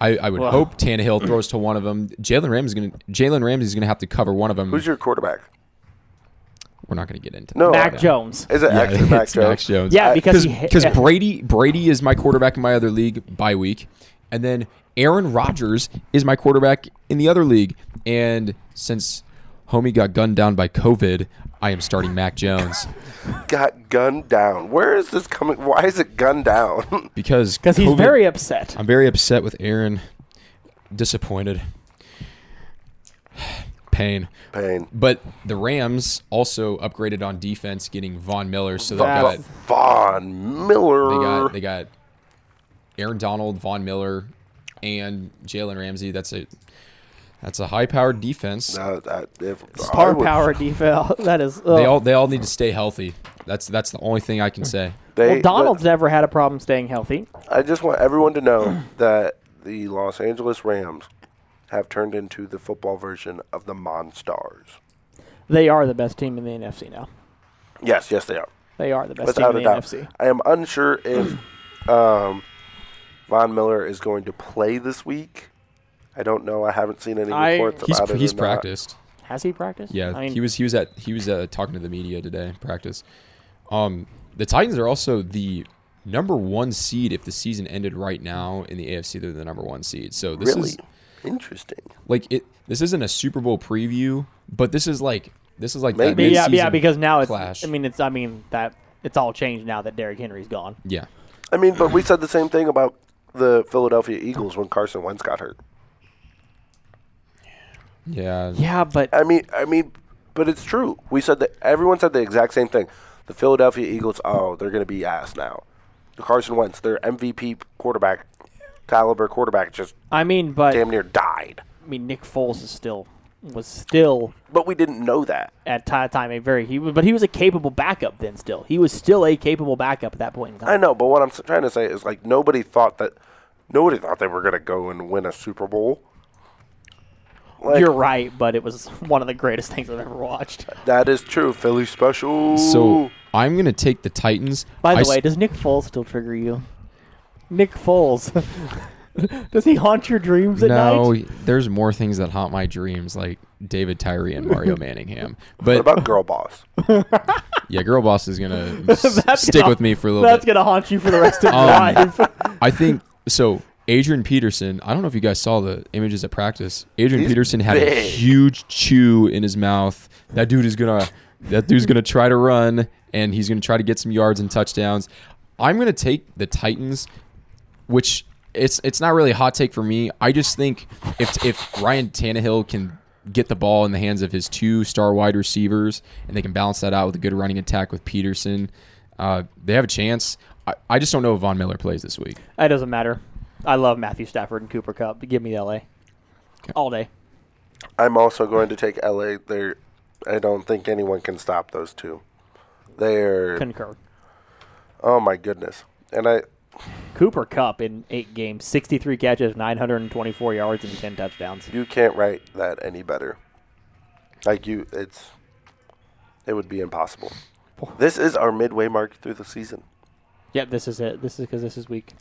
I, I would
Well.
hope Tannehill throws to one of them. Jalen Ramsey's gonna Jalen Ramsey's gonna have to cover one of them.
Who's your quarterback?
We're not gonna get into
No.
that.
Mac
yeah.
Jones.
Is it
Yeah,
actually Mac
<laughs> it's
Jones?
Mac Jones.
Yeah,
Oh. I-
because
because he hit-
because Brady Brady is my quarterback in my other league by week, and then Aaron Rodgers is my quarterback in the other league. And since homie got gunned down by COVID, I am starting Mac
<laughs>
Jones
Got gunned down. Where is this coming? Why is it gunned down? <laughs>
because
because he's
COVID
very upset.
I'm very upset with Aaron. Disappointed. <sighs> Pain.
Pain.
But the Rams also upgraded on defense, getting Von Miller. So they got
Va- Von Miller.
they got they got Aaron Donald, Von Miller, and Jalen Ramsey. That's a that's a high powered defense.
Uh, that- if- I
Star
would-
power <laughs> defense. That is. ugh.
They all they all need to stay healthy. That's that's the only thing I
<laughs>
can say.
They,
well, Donald's never had a problem staying healthy.
I just want everyone to know that the Los Angeles Rams have turned into the football version of the Monstars.
They are the best team in the NFC now.
Yes, yes, they are.
They are the best
Without a
team in the
doubt.
NFC.
I am unsure if <clears throat> um, Von Miller is going to play this week. I don't know. I haven't seen any
I-
reports
He's
about it.
he's
or not.
practiced.
Has he practiced?
Yeah,
I mean,
he was he was at he was uh, talking to the media today in practice. Um, the Titans are also the number one seed if the season ended right now in the AFC. They're the number one seed. So this
really
is
interesting.
like it. This isn't a Super Bowl preview, but this is like this is like that
Maybe.
yeah, yeah,
mid-season
because now it's.
clash.
I mean, it's. I mean that it's all changed now that Derrick Henry's gone.
yeah,
I mean, but we said the same thing about the Philadelphia Eagles when Carson Wentz got hurt.
yeah,
Yeah, but
I mean, I mean, but it's true. We said that everyone said the exact same thing. The Philadelphia Eagles, oh, they're going to be ass now. The Carson Wentz, their MVP quarterback, caliber quarterback, just
I mean, but
damn near died.
I mean, Nick Foles is still was still
But we didn't know that.
at ti- time a very he was, but he was a capable backup then. Still, he was still a capable backup at that point in time.
I know, but what I'm s- trying to say is like nobody thought that nobody thought they were going to go and win a Super Bowl. Like,
You're right, but it was <laughs> one of the greatest things I've ever watched.
That is true. Philly special.
So I'm gonna take the Titans.
By the
I
way,
s-
does Nick Foles still trigger you? Nick Foles. <laughs> does he haunt your dreams at
no,
night?
there's more things that haunt my dreams, like David Tyree and
<laughs>
Mario Manningham.
what
But
about girl boss?
yeah, Girl Boss is gonna s-
<laughs> That's
stick
gonna-
with me for a little
That's
bit.
gonna haunt you for the rest of your
Um,
life. <laughs>
I think so. Adrian Peterson. I don't know if you guys saw the images at practice. Adrian
He's
Peterson had a
big.
huge chew in his mouth. That dude is gonna. That dude's gonna try to run, and he's gonna try to get some yards and touchdowns. I'm gonna take the Titans, which it's it's not really a hot take for me. I just think if if Ryan Tannehill can get the ball in the hands of his two star wide receivers, and they can balance that out with a good running attack with Peterson, uh, they have a chance. I, I just don't know if Von Miller plays this week.
It doesn't matter. I love Matthew Stafford and Cooper Cup. Give me LA all day.
I'm also going to take LA. They're, I don't think anyone can stop those two. They're
Concur.
oh my goodness, and I
Cooper Cup in eight games, 63 catches, 924 yards, and 10 touchdowns.
you can't write that any better. Like you, it's it would be impossible. This is our midway mark through the season.
Yep, this is it. This is because this is week.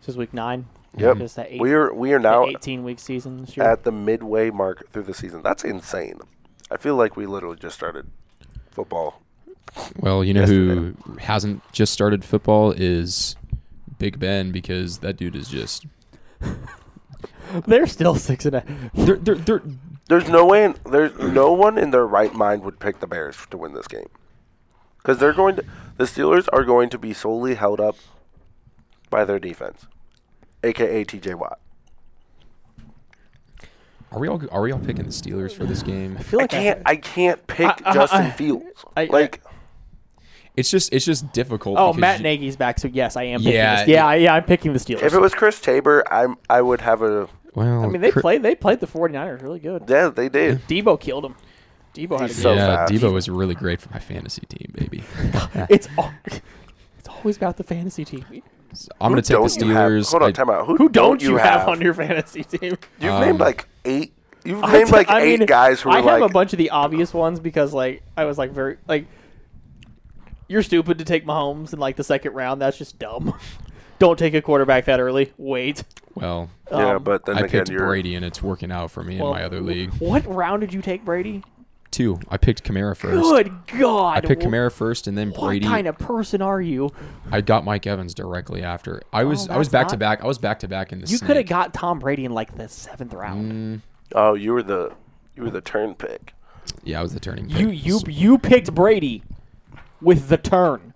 This is week nine.
Yep.
It's that eight,
We are we are
the
now
18 week season this year.
at the midway mark through the season. That's insane. I feel like we literally just started football.
Well, you know
Yes,
who hasn't just started football is Big Ben because that dude is just
They're still six and a.
they're they're, they're
There's no way. In, there's no one in their right mind would pick the Bears to win this game because they're going to. The Steelers are going to be solely held up by their defense, aka T.J. Watt.
are we all are we all picking the Steelers for this game?
feel
I can't. I can't pick
I- I-
Justin
I-
Fields.
I- I-
like
It's just it's just difficult.
oh,
because
Matt
you-
Nagy's back, so yes, I am. Picking
Yeah,
yeah, yeah, yeah. I'm picking the Steelers.
if it was Chris Tabor, I'm. I would have a.
Well,
I mean, they
Cri-
played. They played the 49ers really good.
Yeah, they did.
Debo killed him. Debo had a
He's
good.
so
yeah,
fast.
Debo is really great for my fantasy team,
<laughs>
baby.
It's al- it's always about the fantasy team.
I'm
Who
gonna take the
don't you have-
Steelers.
hold on,
I-
time out. Who,
Who don't you have, on your
<laughs>
fantasy team?
You've
Um,
named like eight. You've named like
I
eight
mean,
guys who
I
are like.
have a bunch of the obvious ones because like I was like very like you're stupid to take Mahomes in like the second round. That's just dumb. <laughs> Don't take a quarterback that early. Wait.
well,
yeah,
Um,
but then
I
again,
picked
you're.
Brady, and it's working out for me
well,
in my other league.
What round did you take Brady?
Two. I picked Kamara first.
Good God.
I picked
Wh-
Kamara first, and then
What
Brady.
kind of person are you?
I got Mike Evans directly after. I was I was
that's
back to
not-
back. I was back to back in the.
Oh You
snake.
could have got Tom Brady in like the seventh round.
Oh, you were the. You were the turn pick.
Yeah, I was the turning.
You
Mm. pick.
you you picked Brady with the turn.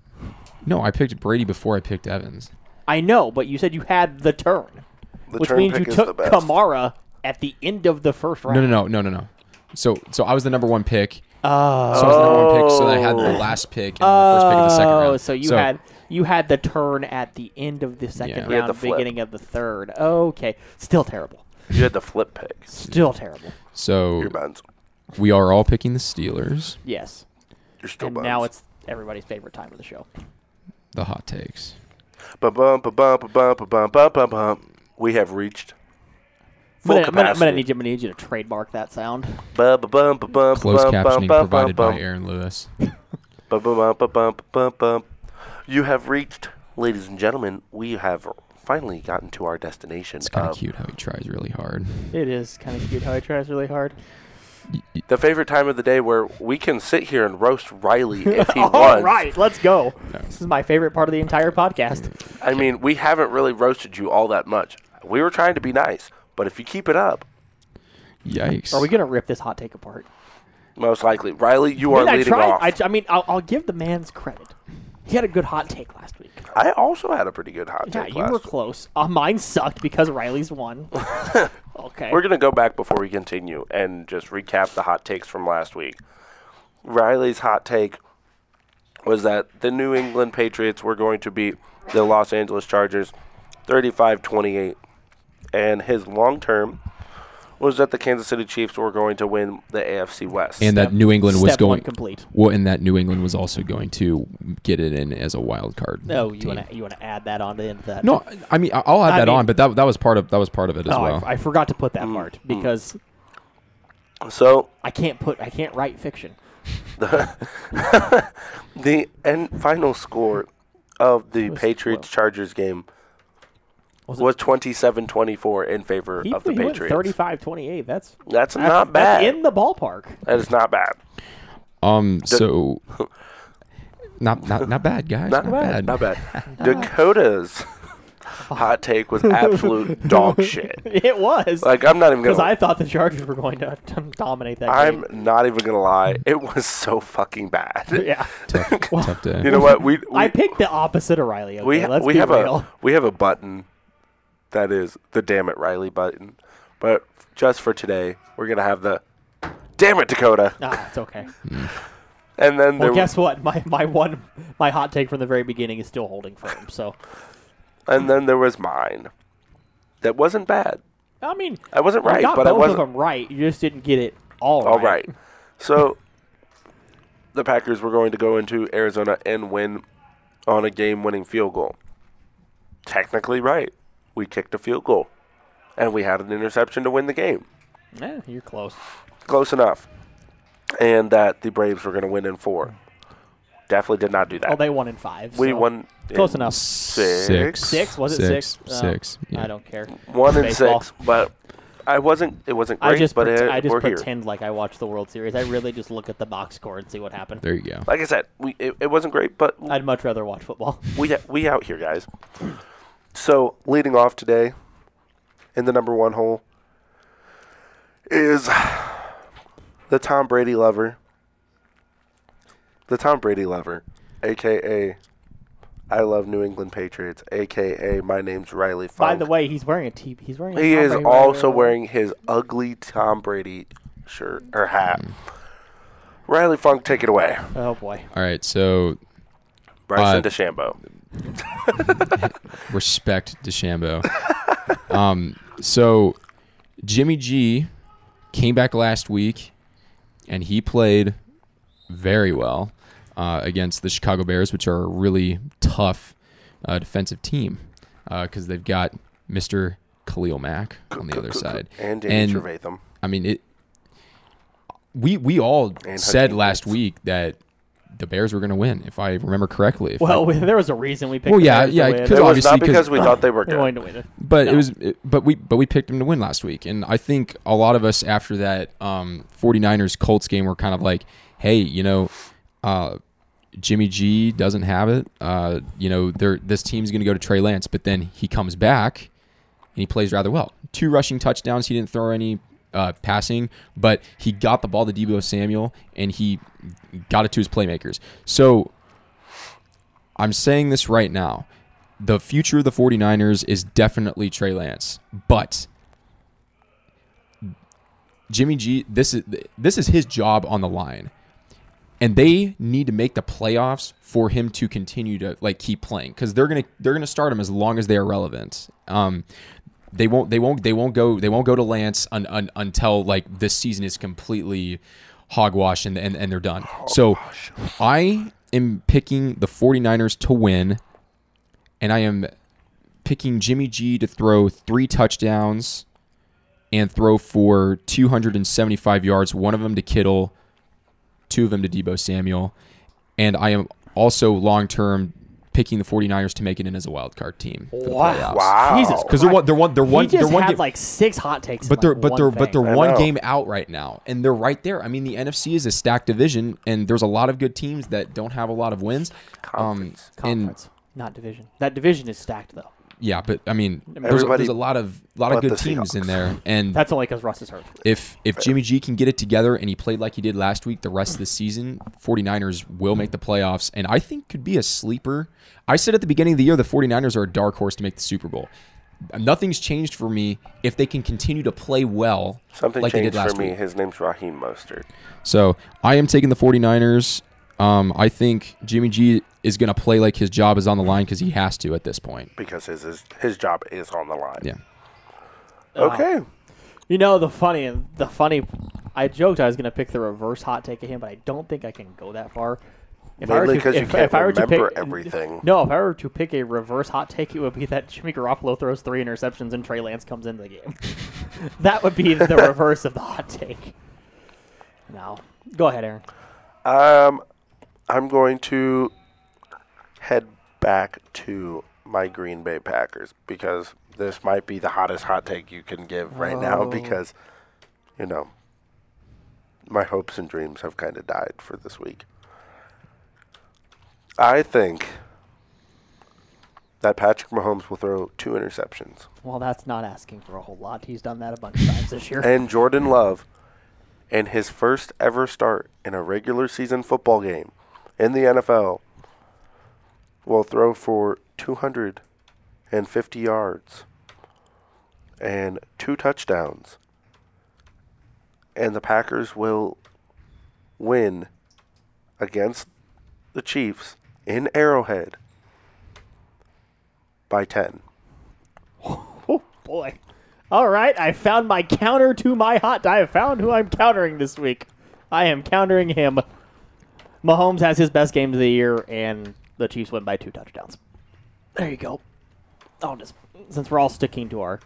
No, I picked Brady before I picked Evans.
I know, but you said you had the turn,
The
which
turn
means
pick
you
is the
took
best.
Kamara at the end of the first round.
No, no, no, no, no, no. So so I was the number one pick.
Oh,
So I was the number one pick. So then I had the last pick and the first pick of the second round.
Oh, so you had you had the turn at the end of the second
You
had the
round,
flip.
beginning of the third. Okay, still terrible,
You had the flip pick.
still terrible.
so
You're buns.
we are all picking the Steelers.
Yes,
You're still
and
buns.
now it's everybody's favorite time of the show.
The hot takes.
Ba bum ba bum ba bum ba bum ba bum bum. We have reached
I'm
full
gonna, I'm gonna- I'm gonna need
capacity.
you. I'm gonna need you to trademark that sound.
Ba ba bum ba bum ba
Closed
bum ba
captioning
bum ba
provided by
bum.
Aaron Lewis.
Ba ba bum ba bum ba bum bum. You have reached, ladies and gentlemen. We have finally gotten to our destination.
It's kind
of-
of cute how he tries really hard.
It is kind of cute how he tries really hard.
the favorite time of the day where we can sit here and roast
<laughs>
Riley if he
All
wants.
right, let's go. This is my favorite part of the entire podcast.
I mean, we haven't really roasted you all that much. We were trying to be nice, but if you keep it up,
Yikes.
Are we gonna rip this hot take apart?
most likely, Riley, you
I
are
mean, I
leading
tried.
off.
I, I mean, I'll, I'll give the man's credit. He had a good hot take last week.
I also had a pretty good hot
Yeah,
take.
you
last.
were close. Uh, mine sucked because Riley's won.
<laughs>
okay.
We're going to go back before we continue and just recap the hot takes from last week. Riley's hot take was that the New England Patriots were going to beat the Los Angeles Chargers 35 28. And his long term was that the Kansas City Chiefs were going to win the AFC West.
and that New England was
Step one
going
complete.
Well, and that New England was also going to get it in as a wild card.
No, Oh, you
team.
want to you want to add that on the end of that?
No, I mean I- I'll add
I
that
mean-
on, but that that was part of that was part of it as
Oh,
well.
I, I forgot to put that
Mm,
part because
so
I can't put I can't write fiction.
the end final score of the Patriots Chargers game
Was it-
was 27 24 in favor
He,
of the
he went
Patriots.
35-28. That's
That's
that's-
not
that's
bad.
in the ballpark. <laughs>
that is not bad.
um,
<laughs>
so not not not bad, guys.
Not, bad. Not
<laughs>
bad. Dakota's hot take was absolute dog shit.
It was
Like I'm not even
<laughs> because
gonna.
I thought the Chargers were going to dominate that
I'm
game.
not even gonna lie. It was so fucking bad.
<laughs> Yeah,
<laughs>
Tough, tough day.
You know what? We, we
<laughs> I picked the opposite of Riley. Okay,
we ha-
let's
we
be
have
real. <laughs>
a we have a button that is the damn it Riley button, but just for today we're gonna have the damn it
<laughs>
Dakota,
Ah, it's okay.
and then
Well,
there
guess what? <laughs> My my one my hot take from the very beginning is still holding firm. So
and then there was mine. That wasn't bad.
I mean,
I wasn't right,
you got
but I
both
wasn't
of them right. You just didn't get it all right.
All right. So the Packers were going to go into Arizona and win on a game winning field goal. Technically right. We kicked a field goal and we had an interception to win the game.
<laughs> Yeah, you're close.
Close enough. And that the Braves were going to win in 4. Definitely did not do that.
Oh, they won in five.
we
so
won
Close
in
enough.
Six.
Six was it
Six.
six?
Six,
Oh,
yeah.
I don't care.
One and
Baseball.
six, but I wasn't. It wasn't great,
I just
but
pret-
it,
I just
we're here.
pretend like I watch the World Series. I really just look at the box score and see what happened.
There you go.
Like I said, we it, it wasn't great, but
I'd much rather watch football. <laughs>
we we out here, guys. So leading off today, in the number one hole, is the Tom Brady lover. The Tom Brady lover, aka I love New England Patriots, aka my name's Riley Funk.
By the way, he's wearing a T. He's wearing. A
he
Tom
is
Brady
also
logo.
wearing his ugly Tom Brady shirt or hat. Riley Funk, take it away.
Oh boy.
All right, so
Bryson
Uh,
DeChambeau.
respect DeChambeau. <laughs> um, so Jimmy G came back last week, and he played very well uh, against the Chicago Bears, which are a really tough uh, defensive team because they've got Mister Khalil Mack on the other side,
and Danny Trevathan.
I mean it. We we all
And
said
Hakeem
last
Nicks.
week that the Bears were going to win, if I remember correctly. If I-
Well, <laughs> there was a reason we picked.
Well,
the
yeah,
Bears to
yeah,
win.
'cause
It was
obviously,
not
'cause-
because we thought
<clears throat>
they were
They're
good.
going to win it.
But it
No.
was, it- but we, but we picked him to win last week, and I think a lot of us after that um, 49ers Colts game were kind of like, hey, you know, uh, Jimmy G doesn't have it. Uh, you know, they're, this team's going to go to Trey Lance, but then he comes back and he plays rather well. Two rushing touchdowns. He didn't throw any uh, passing, but he got the ball to Debo Samuel and he got it to his playmakers. So I'm saying this right now. The future of the 49ers is definitely Trey Lance, but Jimmy G, this is this is his job on the line. And they need to make the playoffs for him to continue to like keep playing cuz they're going to they're going to start him as long as they are relevant. Um they won't they won't they won't go they won't go to Lance un, un, until like this season is completely hogwash and and, and they're done. So I am picking the 49ers to win and I am picking Jimmy G to throw three touchdowns and throw for 275 yards, one of them to Kittle, two of them to Debo Samuel. And I am also long term picking the 49ers to make it in as a wild card team. For the
Wow.
playoffs.
Wow.
Jesus
Because they're one, they're one, they're one,
he just
they're one
had
game,
like six hot takes.
but they're, but they're, but they're
I
one
know.
game out right now, and they're right there. I mean, the NFC is a stacked division, and there's a lot of good teams that don't have a lot of wins.
Conference.
Um, and-
conference, not division. That division is stacked though.
yeah, but I mean, there's a,
Everybody
there's a lot of lot of
but
good
the
teams in
Seahawks.
there, and
That's only because Russ is hurt.
if if Jimmy G can get it together and he played like he did last week the rest of the season, 49ers will make the playoffs and I think could be a sleeper. I said at the beginning of the year the 49ers are a dark horse to make the Super Bowl. Nothing's changed for me if they can continue to play well
Something
like they did
changed
last
for me.
week.
His name's Raheem Mostert.
So, I am taking the 49ers. Um, I think Jimmy G is going to play like his job is on the line cuz he has to at this point.
because his his, his job is on the line.
Yeah.
Okay.
You know the funny, the funny. I joked I was gonna pick the reverse hot take of him, but I don't think I can go that far. If I were
Mainly
to-
'cause you
if-
can't
if I were to
remember
pick-
everything.
No, if I were to pick a reverse hot take, it would be that Jimmy Garoppolo throws three interceptions and Trey Lance comes into the game. <laughs> that would
<laughs>
be the reverse of the hot take. No, go ahead, Aaron.
Um, I'm going to head back to my Green Bay Packers because this might be the hottest hot take you can give right now
Oh.
because, you know, my hopes and dreams have kind of died for this week. I think that Patrick Mahomes will throw two interceptions.
Well, that's not asking for a whole lot. He's done that a bunch of times
<laughs>
this year.
and Jordan Love in his first ever start in a regular season football game in the NFL will throw for 250 yards and two touchdowns. And the Packers will win against the Chiefs in Arrowhead by 10.
Oh boy! All right, I found my counter to my hot. I have found who I'm countering this week. I am countering him. Mahomes has his best game of the year, and the Chiefs win by two touchdowns. There you go. I'll just since we're all sticking to our.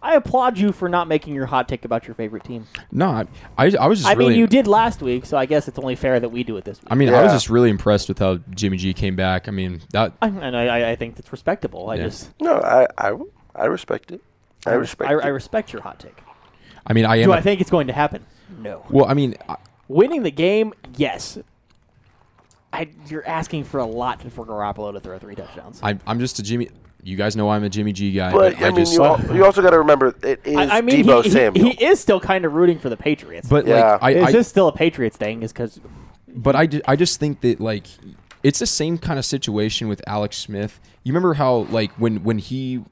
I applaud you for not making your hot take about your favorite team.
No, I I, I was just
I
really
mean, you did last week, so I guess it's only fair that we do it this week.
I mean, I was
Yeah.
just really impressed with how Jimmy G came back. I mean, that
I, and I, I think that's respectable. I
Yeah.
just
No, I, I, I respect it. I respect
I,
it.
I respect your hot take.
I mean, I am
Do
a-
I think it's going to happen? No.
Well, I mean, I-
Winning the game, yes. I, you're asking for a lot for Garoppolo to throw three touchdowns.
I, I'm just a Jimmy. You guys know I'm a Jimmy G guy.
But I,
I
mean,
just,
you, al- you also got to remember it is
I, I mean,
Debo
he, he,
Samuel.
he is still kind of rooting for the Patriots.
but
Yeah.
like, I,
is
I
this still a Patriots thing? Is because
but I, ju- I just think that like it's the same kind of situation with Alex Smith. You remember how like when when he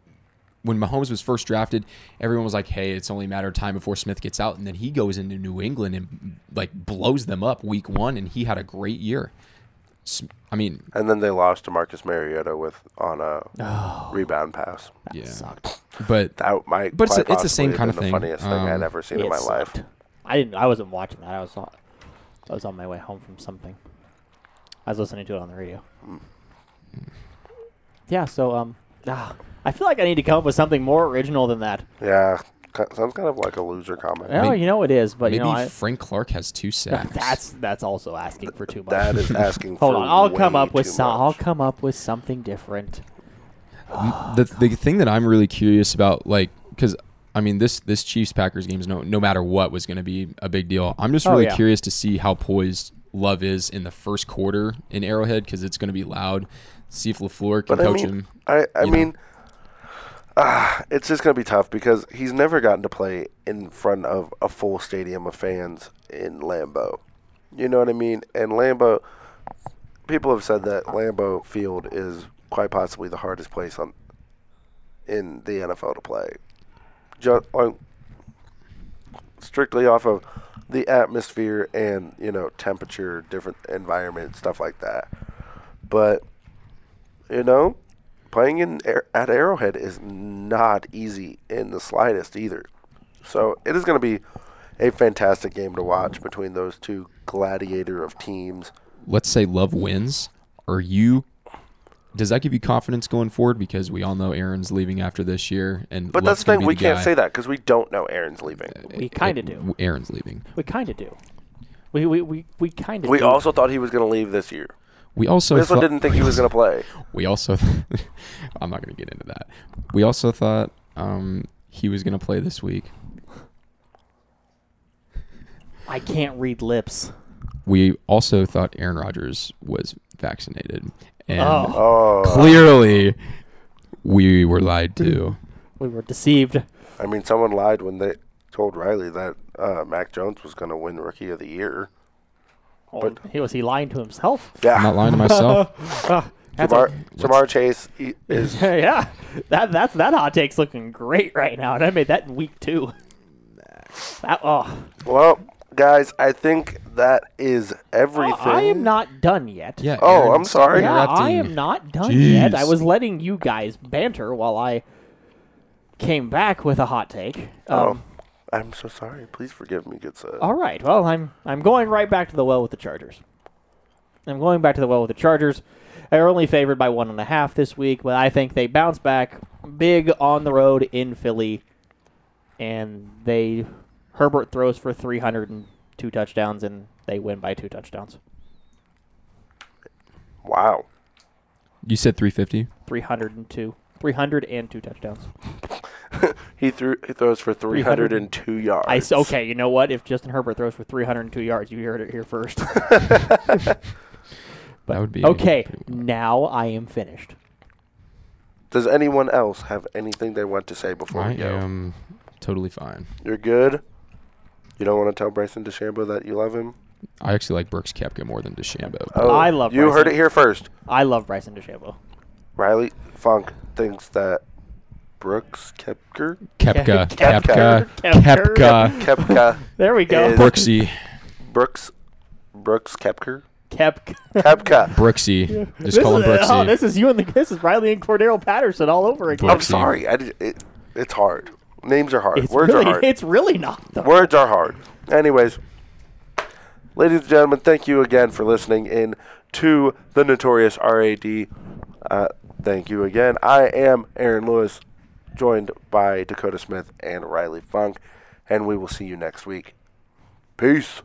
when Mahomes was first drafted, everyone was like, "Hey, it's only a matter of time before Smith gets out," and then he goes into New England and like blows them up week one, and he had a great year. S- I mean,
and then they lost to Marcus Mariota with on
<sighs>
a
Oh.
rebound pass.
yeah,
sucked.
but
That might
But it's
quite
a- it's the same
possibly have
kind
been The
of thing.
funniest thing I'd
Um,
ever seen in
It
my
sucked.
life.
I didn't. I wasn't watching that. I was on. I was on my way home from something. I was listening to it on the radio. Yeah. So um, ah, I feel like I need to come up with something more original than that.
Yeah, ki- sounds kind of like a loser comment.
Well,
Maybe-
you know it is, but
maybe
you know I,
Frank Clark has two sacks.
that's that's also asking for too much.
That is asking.
<laughs> Hold
for
on, I'll
way
come up with
too
some. I'll
much.
come up with something different.
the the thing that I'm really curious about, like, because I mean, this this Chiefs Packers game is no no matter what was going to be a big deal. I'm just
Oh,
really
yeah.
curious to see how poised Love is in the first quarter in Arrowhead because it's going to be loud. See if Lafleur can
But I
coach
mean,
him.
I, I
you know.
mean, ah, it's just gonna be tough because he's never gotten to play in front of a full stadium of fans in Lambeau. You know what I mean? And Lambeau, people have said that Lambeau Field is quite possibly the hardest place on in the NFL to play. Just on, strictly off of the atmosphere and you know temperature, different environment, stuff like that. But you know, playing in Ar- at Arrowhead is not easy in the slightest either. So it is going to be a fantastic game to watch between those two gladiator of teams.
Let's say Love wins. Are you? Does that give you confidence going forward? Because we all know Aaron's leaving after this year, and
But that's
Love's
the
gonna
thing;
be
we can't
guy. Uh,
say that because we don't know Aaron's leaving.
We kind of do.
Aaron's leaving.
We kind of do. We we we, we kind of.
We
do.
also thought he was going to leave this year.
We also
this one
thought-
didn't think he was going to
<laughs>
play.
We also, th- I'm not going to get into that. We also thought um, he was going to play this week.
I can't read lips.
We also thought Aaron Rodgers was vaccinated, and
Oh.
Oh,
clearly, we were lied to.
We were deceived.
I mean, someone lied when they told Riley that uh, Mac Jones was going to win Rookie of the Year.
Oh,
But-
he was he lying to himself.
I'm
Yeah,
not lying to myself.
<laughs> Ah, that's
Jamar,
a-
Jamar Chase
<laughs>
e- is
<laughs> yeah, that that's that hot take's looking great right now, and I made that in week two. That, oh,
well, guys. I think that is everything.
I am not done yet.
Yeah.
Oh,
Aaron,
I'm
stop
sorry.
Yeah, I
interrupting.
am not done yet.
Jeez.
I was letting you guys banter while I came back with a hot take. Um,
Oh, I'm so sorry. Please forgive me, good sir.
All right. Well, I'm I'm going right back to the well with the Chargers. I'm going back to the well with the Chargers. They're only favored by one and a half this week, but I think they bounce back big on the road in Philly, and they Herbert throws for 302 touchdowns, and they win by two touchdowns.
Wow. <laughs>
You said 350.
302, 302 touchdowns.
He threw. He throws for 302 yards.
I s- okay. You know what? If Justin Herbert throws for 302 yards, you heard it
<laughs>
here first.
that would be
okay,
pretty wild.
now I am finished.
Does anyone else have anything they want to say before
I
we go?
am totally fine.
You're good. You don't want to tell Bryson DeChambeau that you love him.
I actually like Brooks Kepka more than DeChambeau.
Oh,
I love
You heard
Bryson.
it here first.
I love Bryson DeChambeau.
Riley Funk thinks that Brooks Kepker
Kepka,
Kepka.
Kepka,
Kepka.
Kepka,
<laughs>
Kepka
There we go.
Is-
Brooksy,
Brooks Brooks Kepker <laughs>
Kepka. <laughs>
Kepka.
Brooksy. Just
This
call him
is- Oh, this
Brooksy.
is you and the this is Riley and Cordero Patterson all over again.
I'm
Brooksy.
sorry. I did, it, it's hard. Names are hard.
It's
Words
really,
are hard.
it's really not though.
Words are hard. Anyways, ladies and gentlemen, thank you again for listening in to the Notorious RAD. Uh, thank you again. I am Aaron Lewis, joined by Dakota Smith and Riley Funk, and we will see you next week. Peace.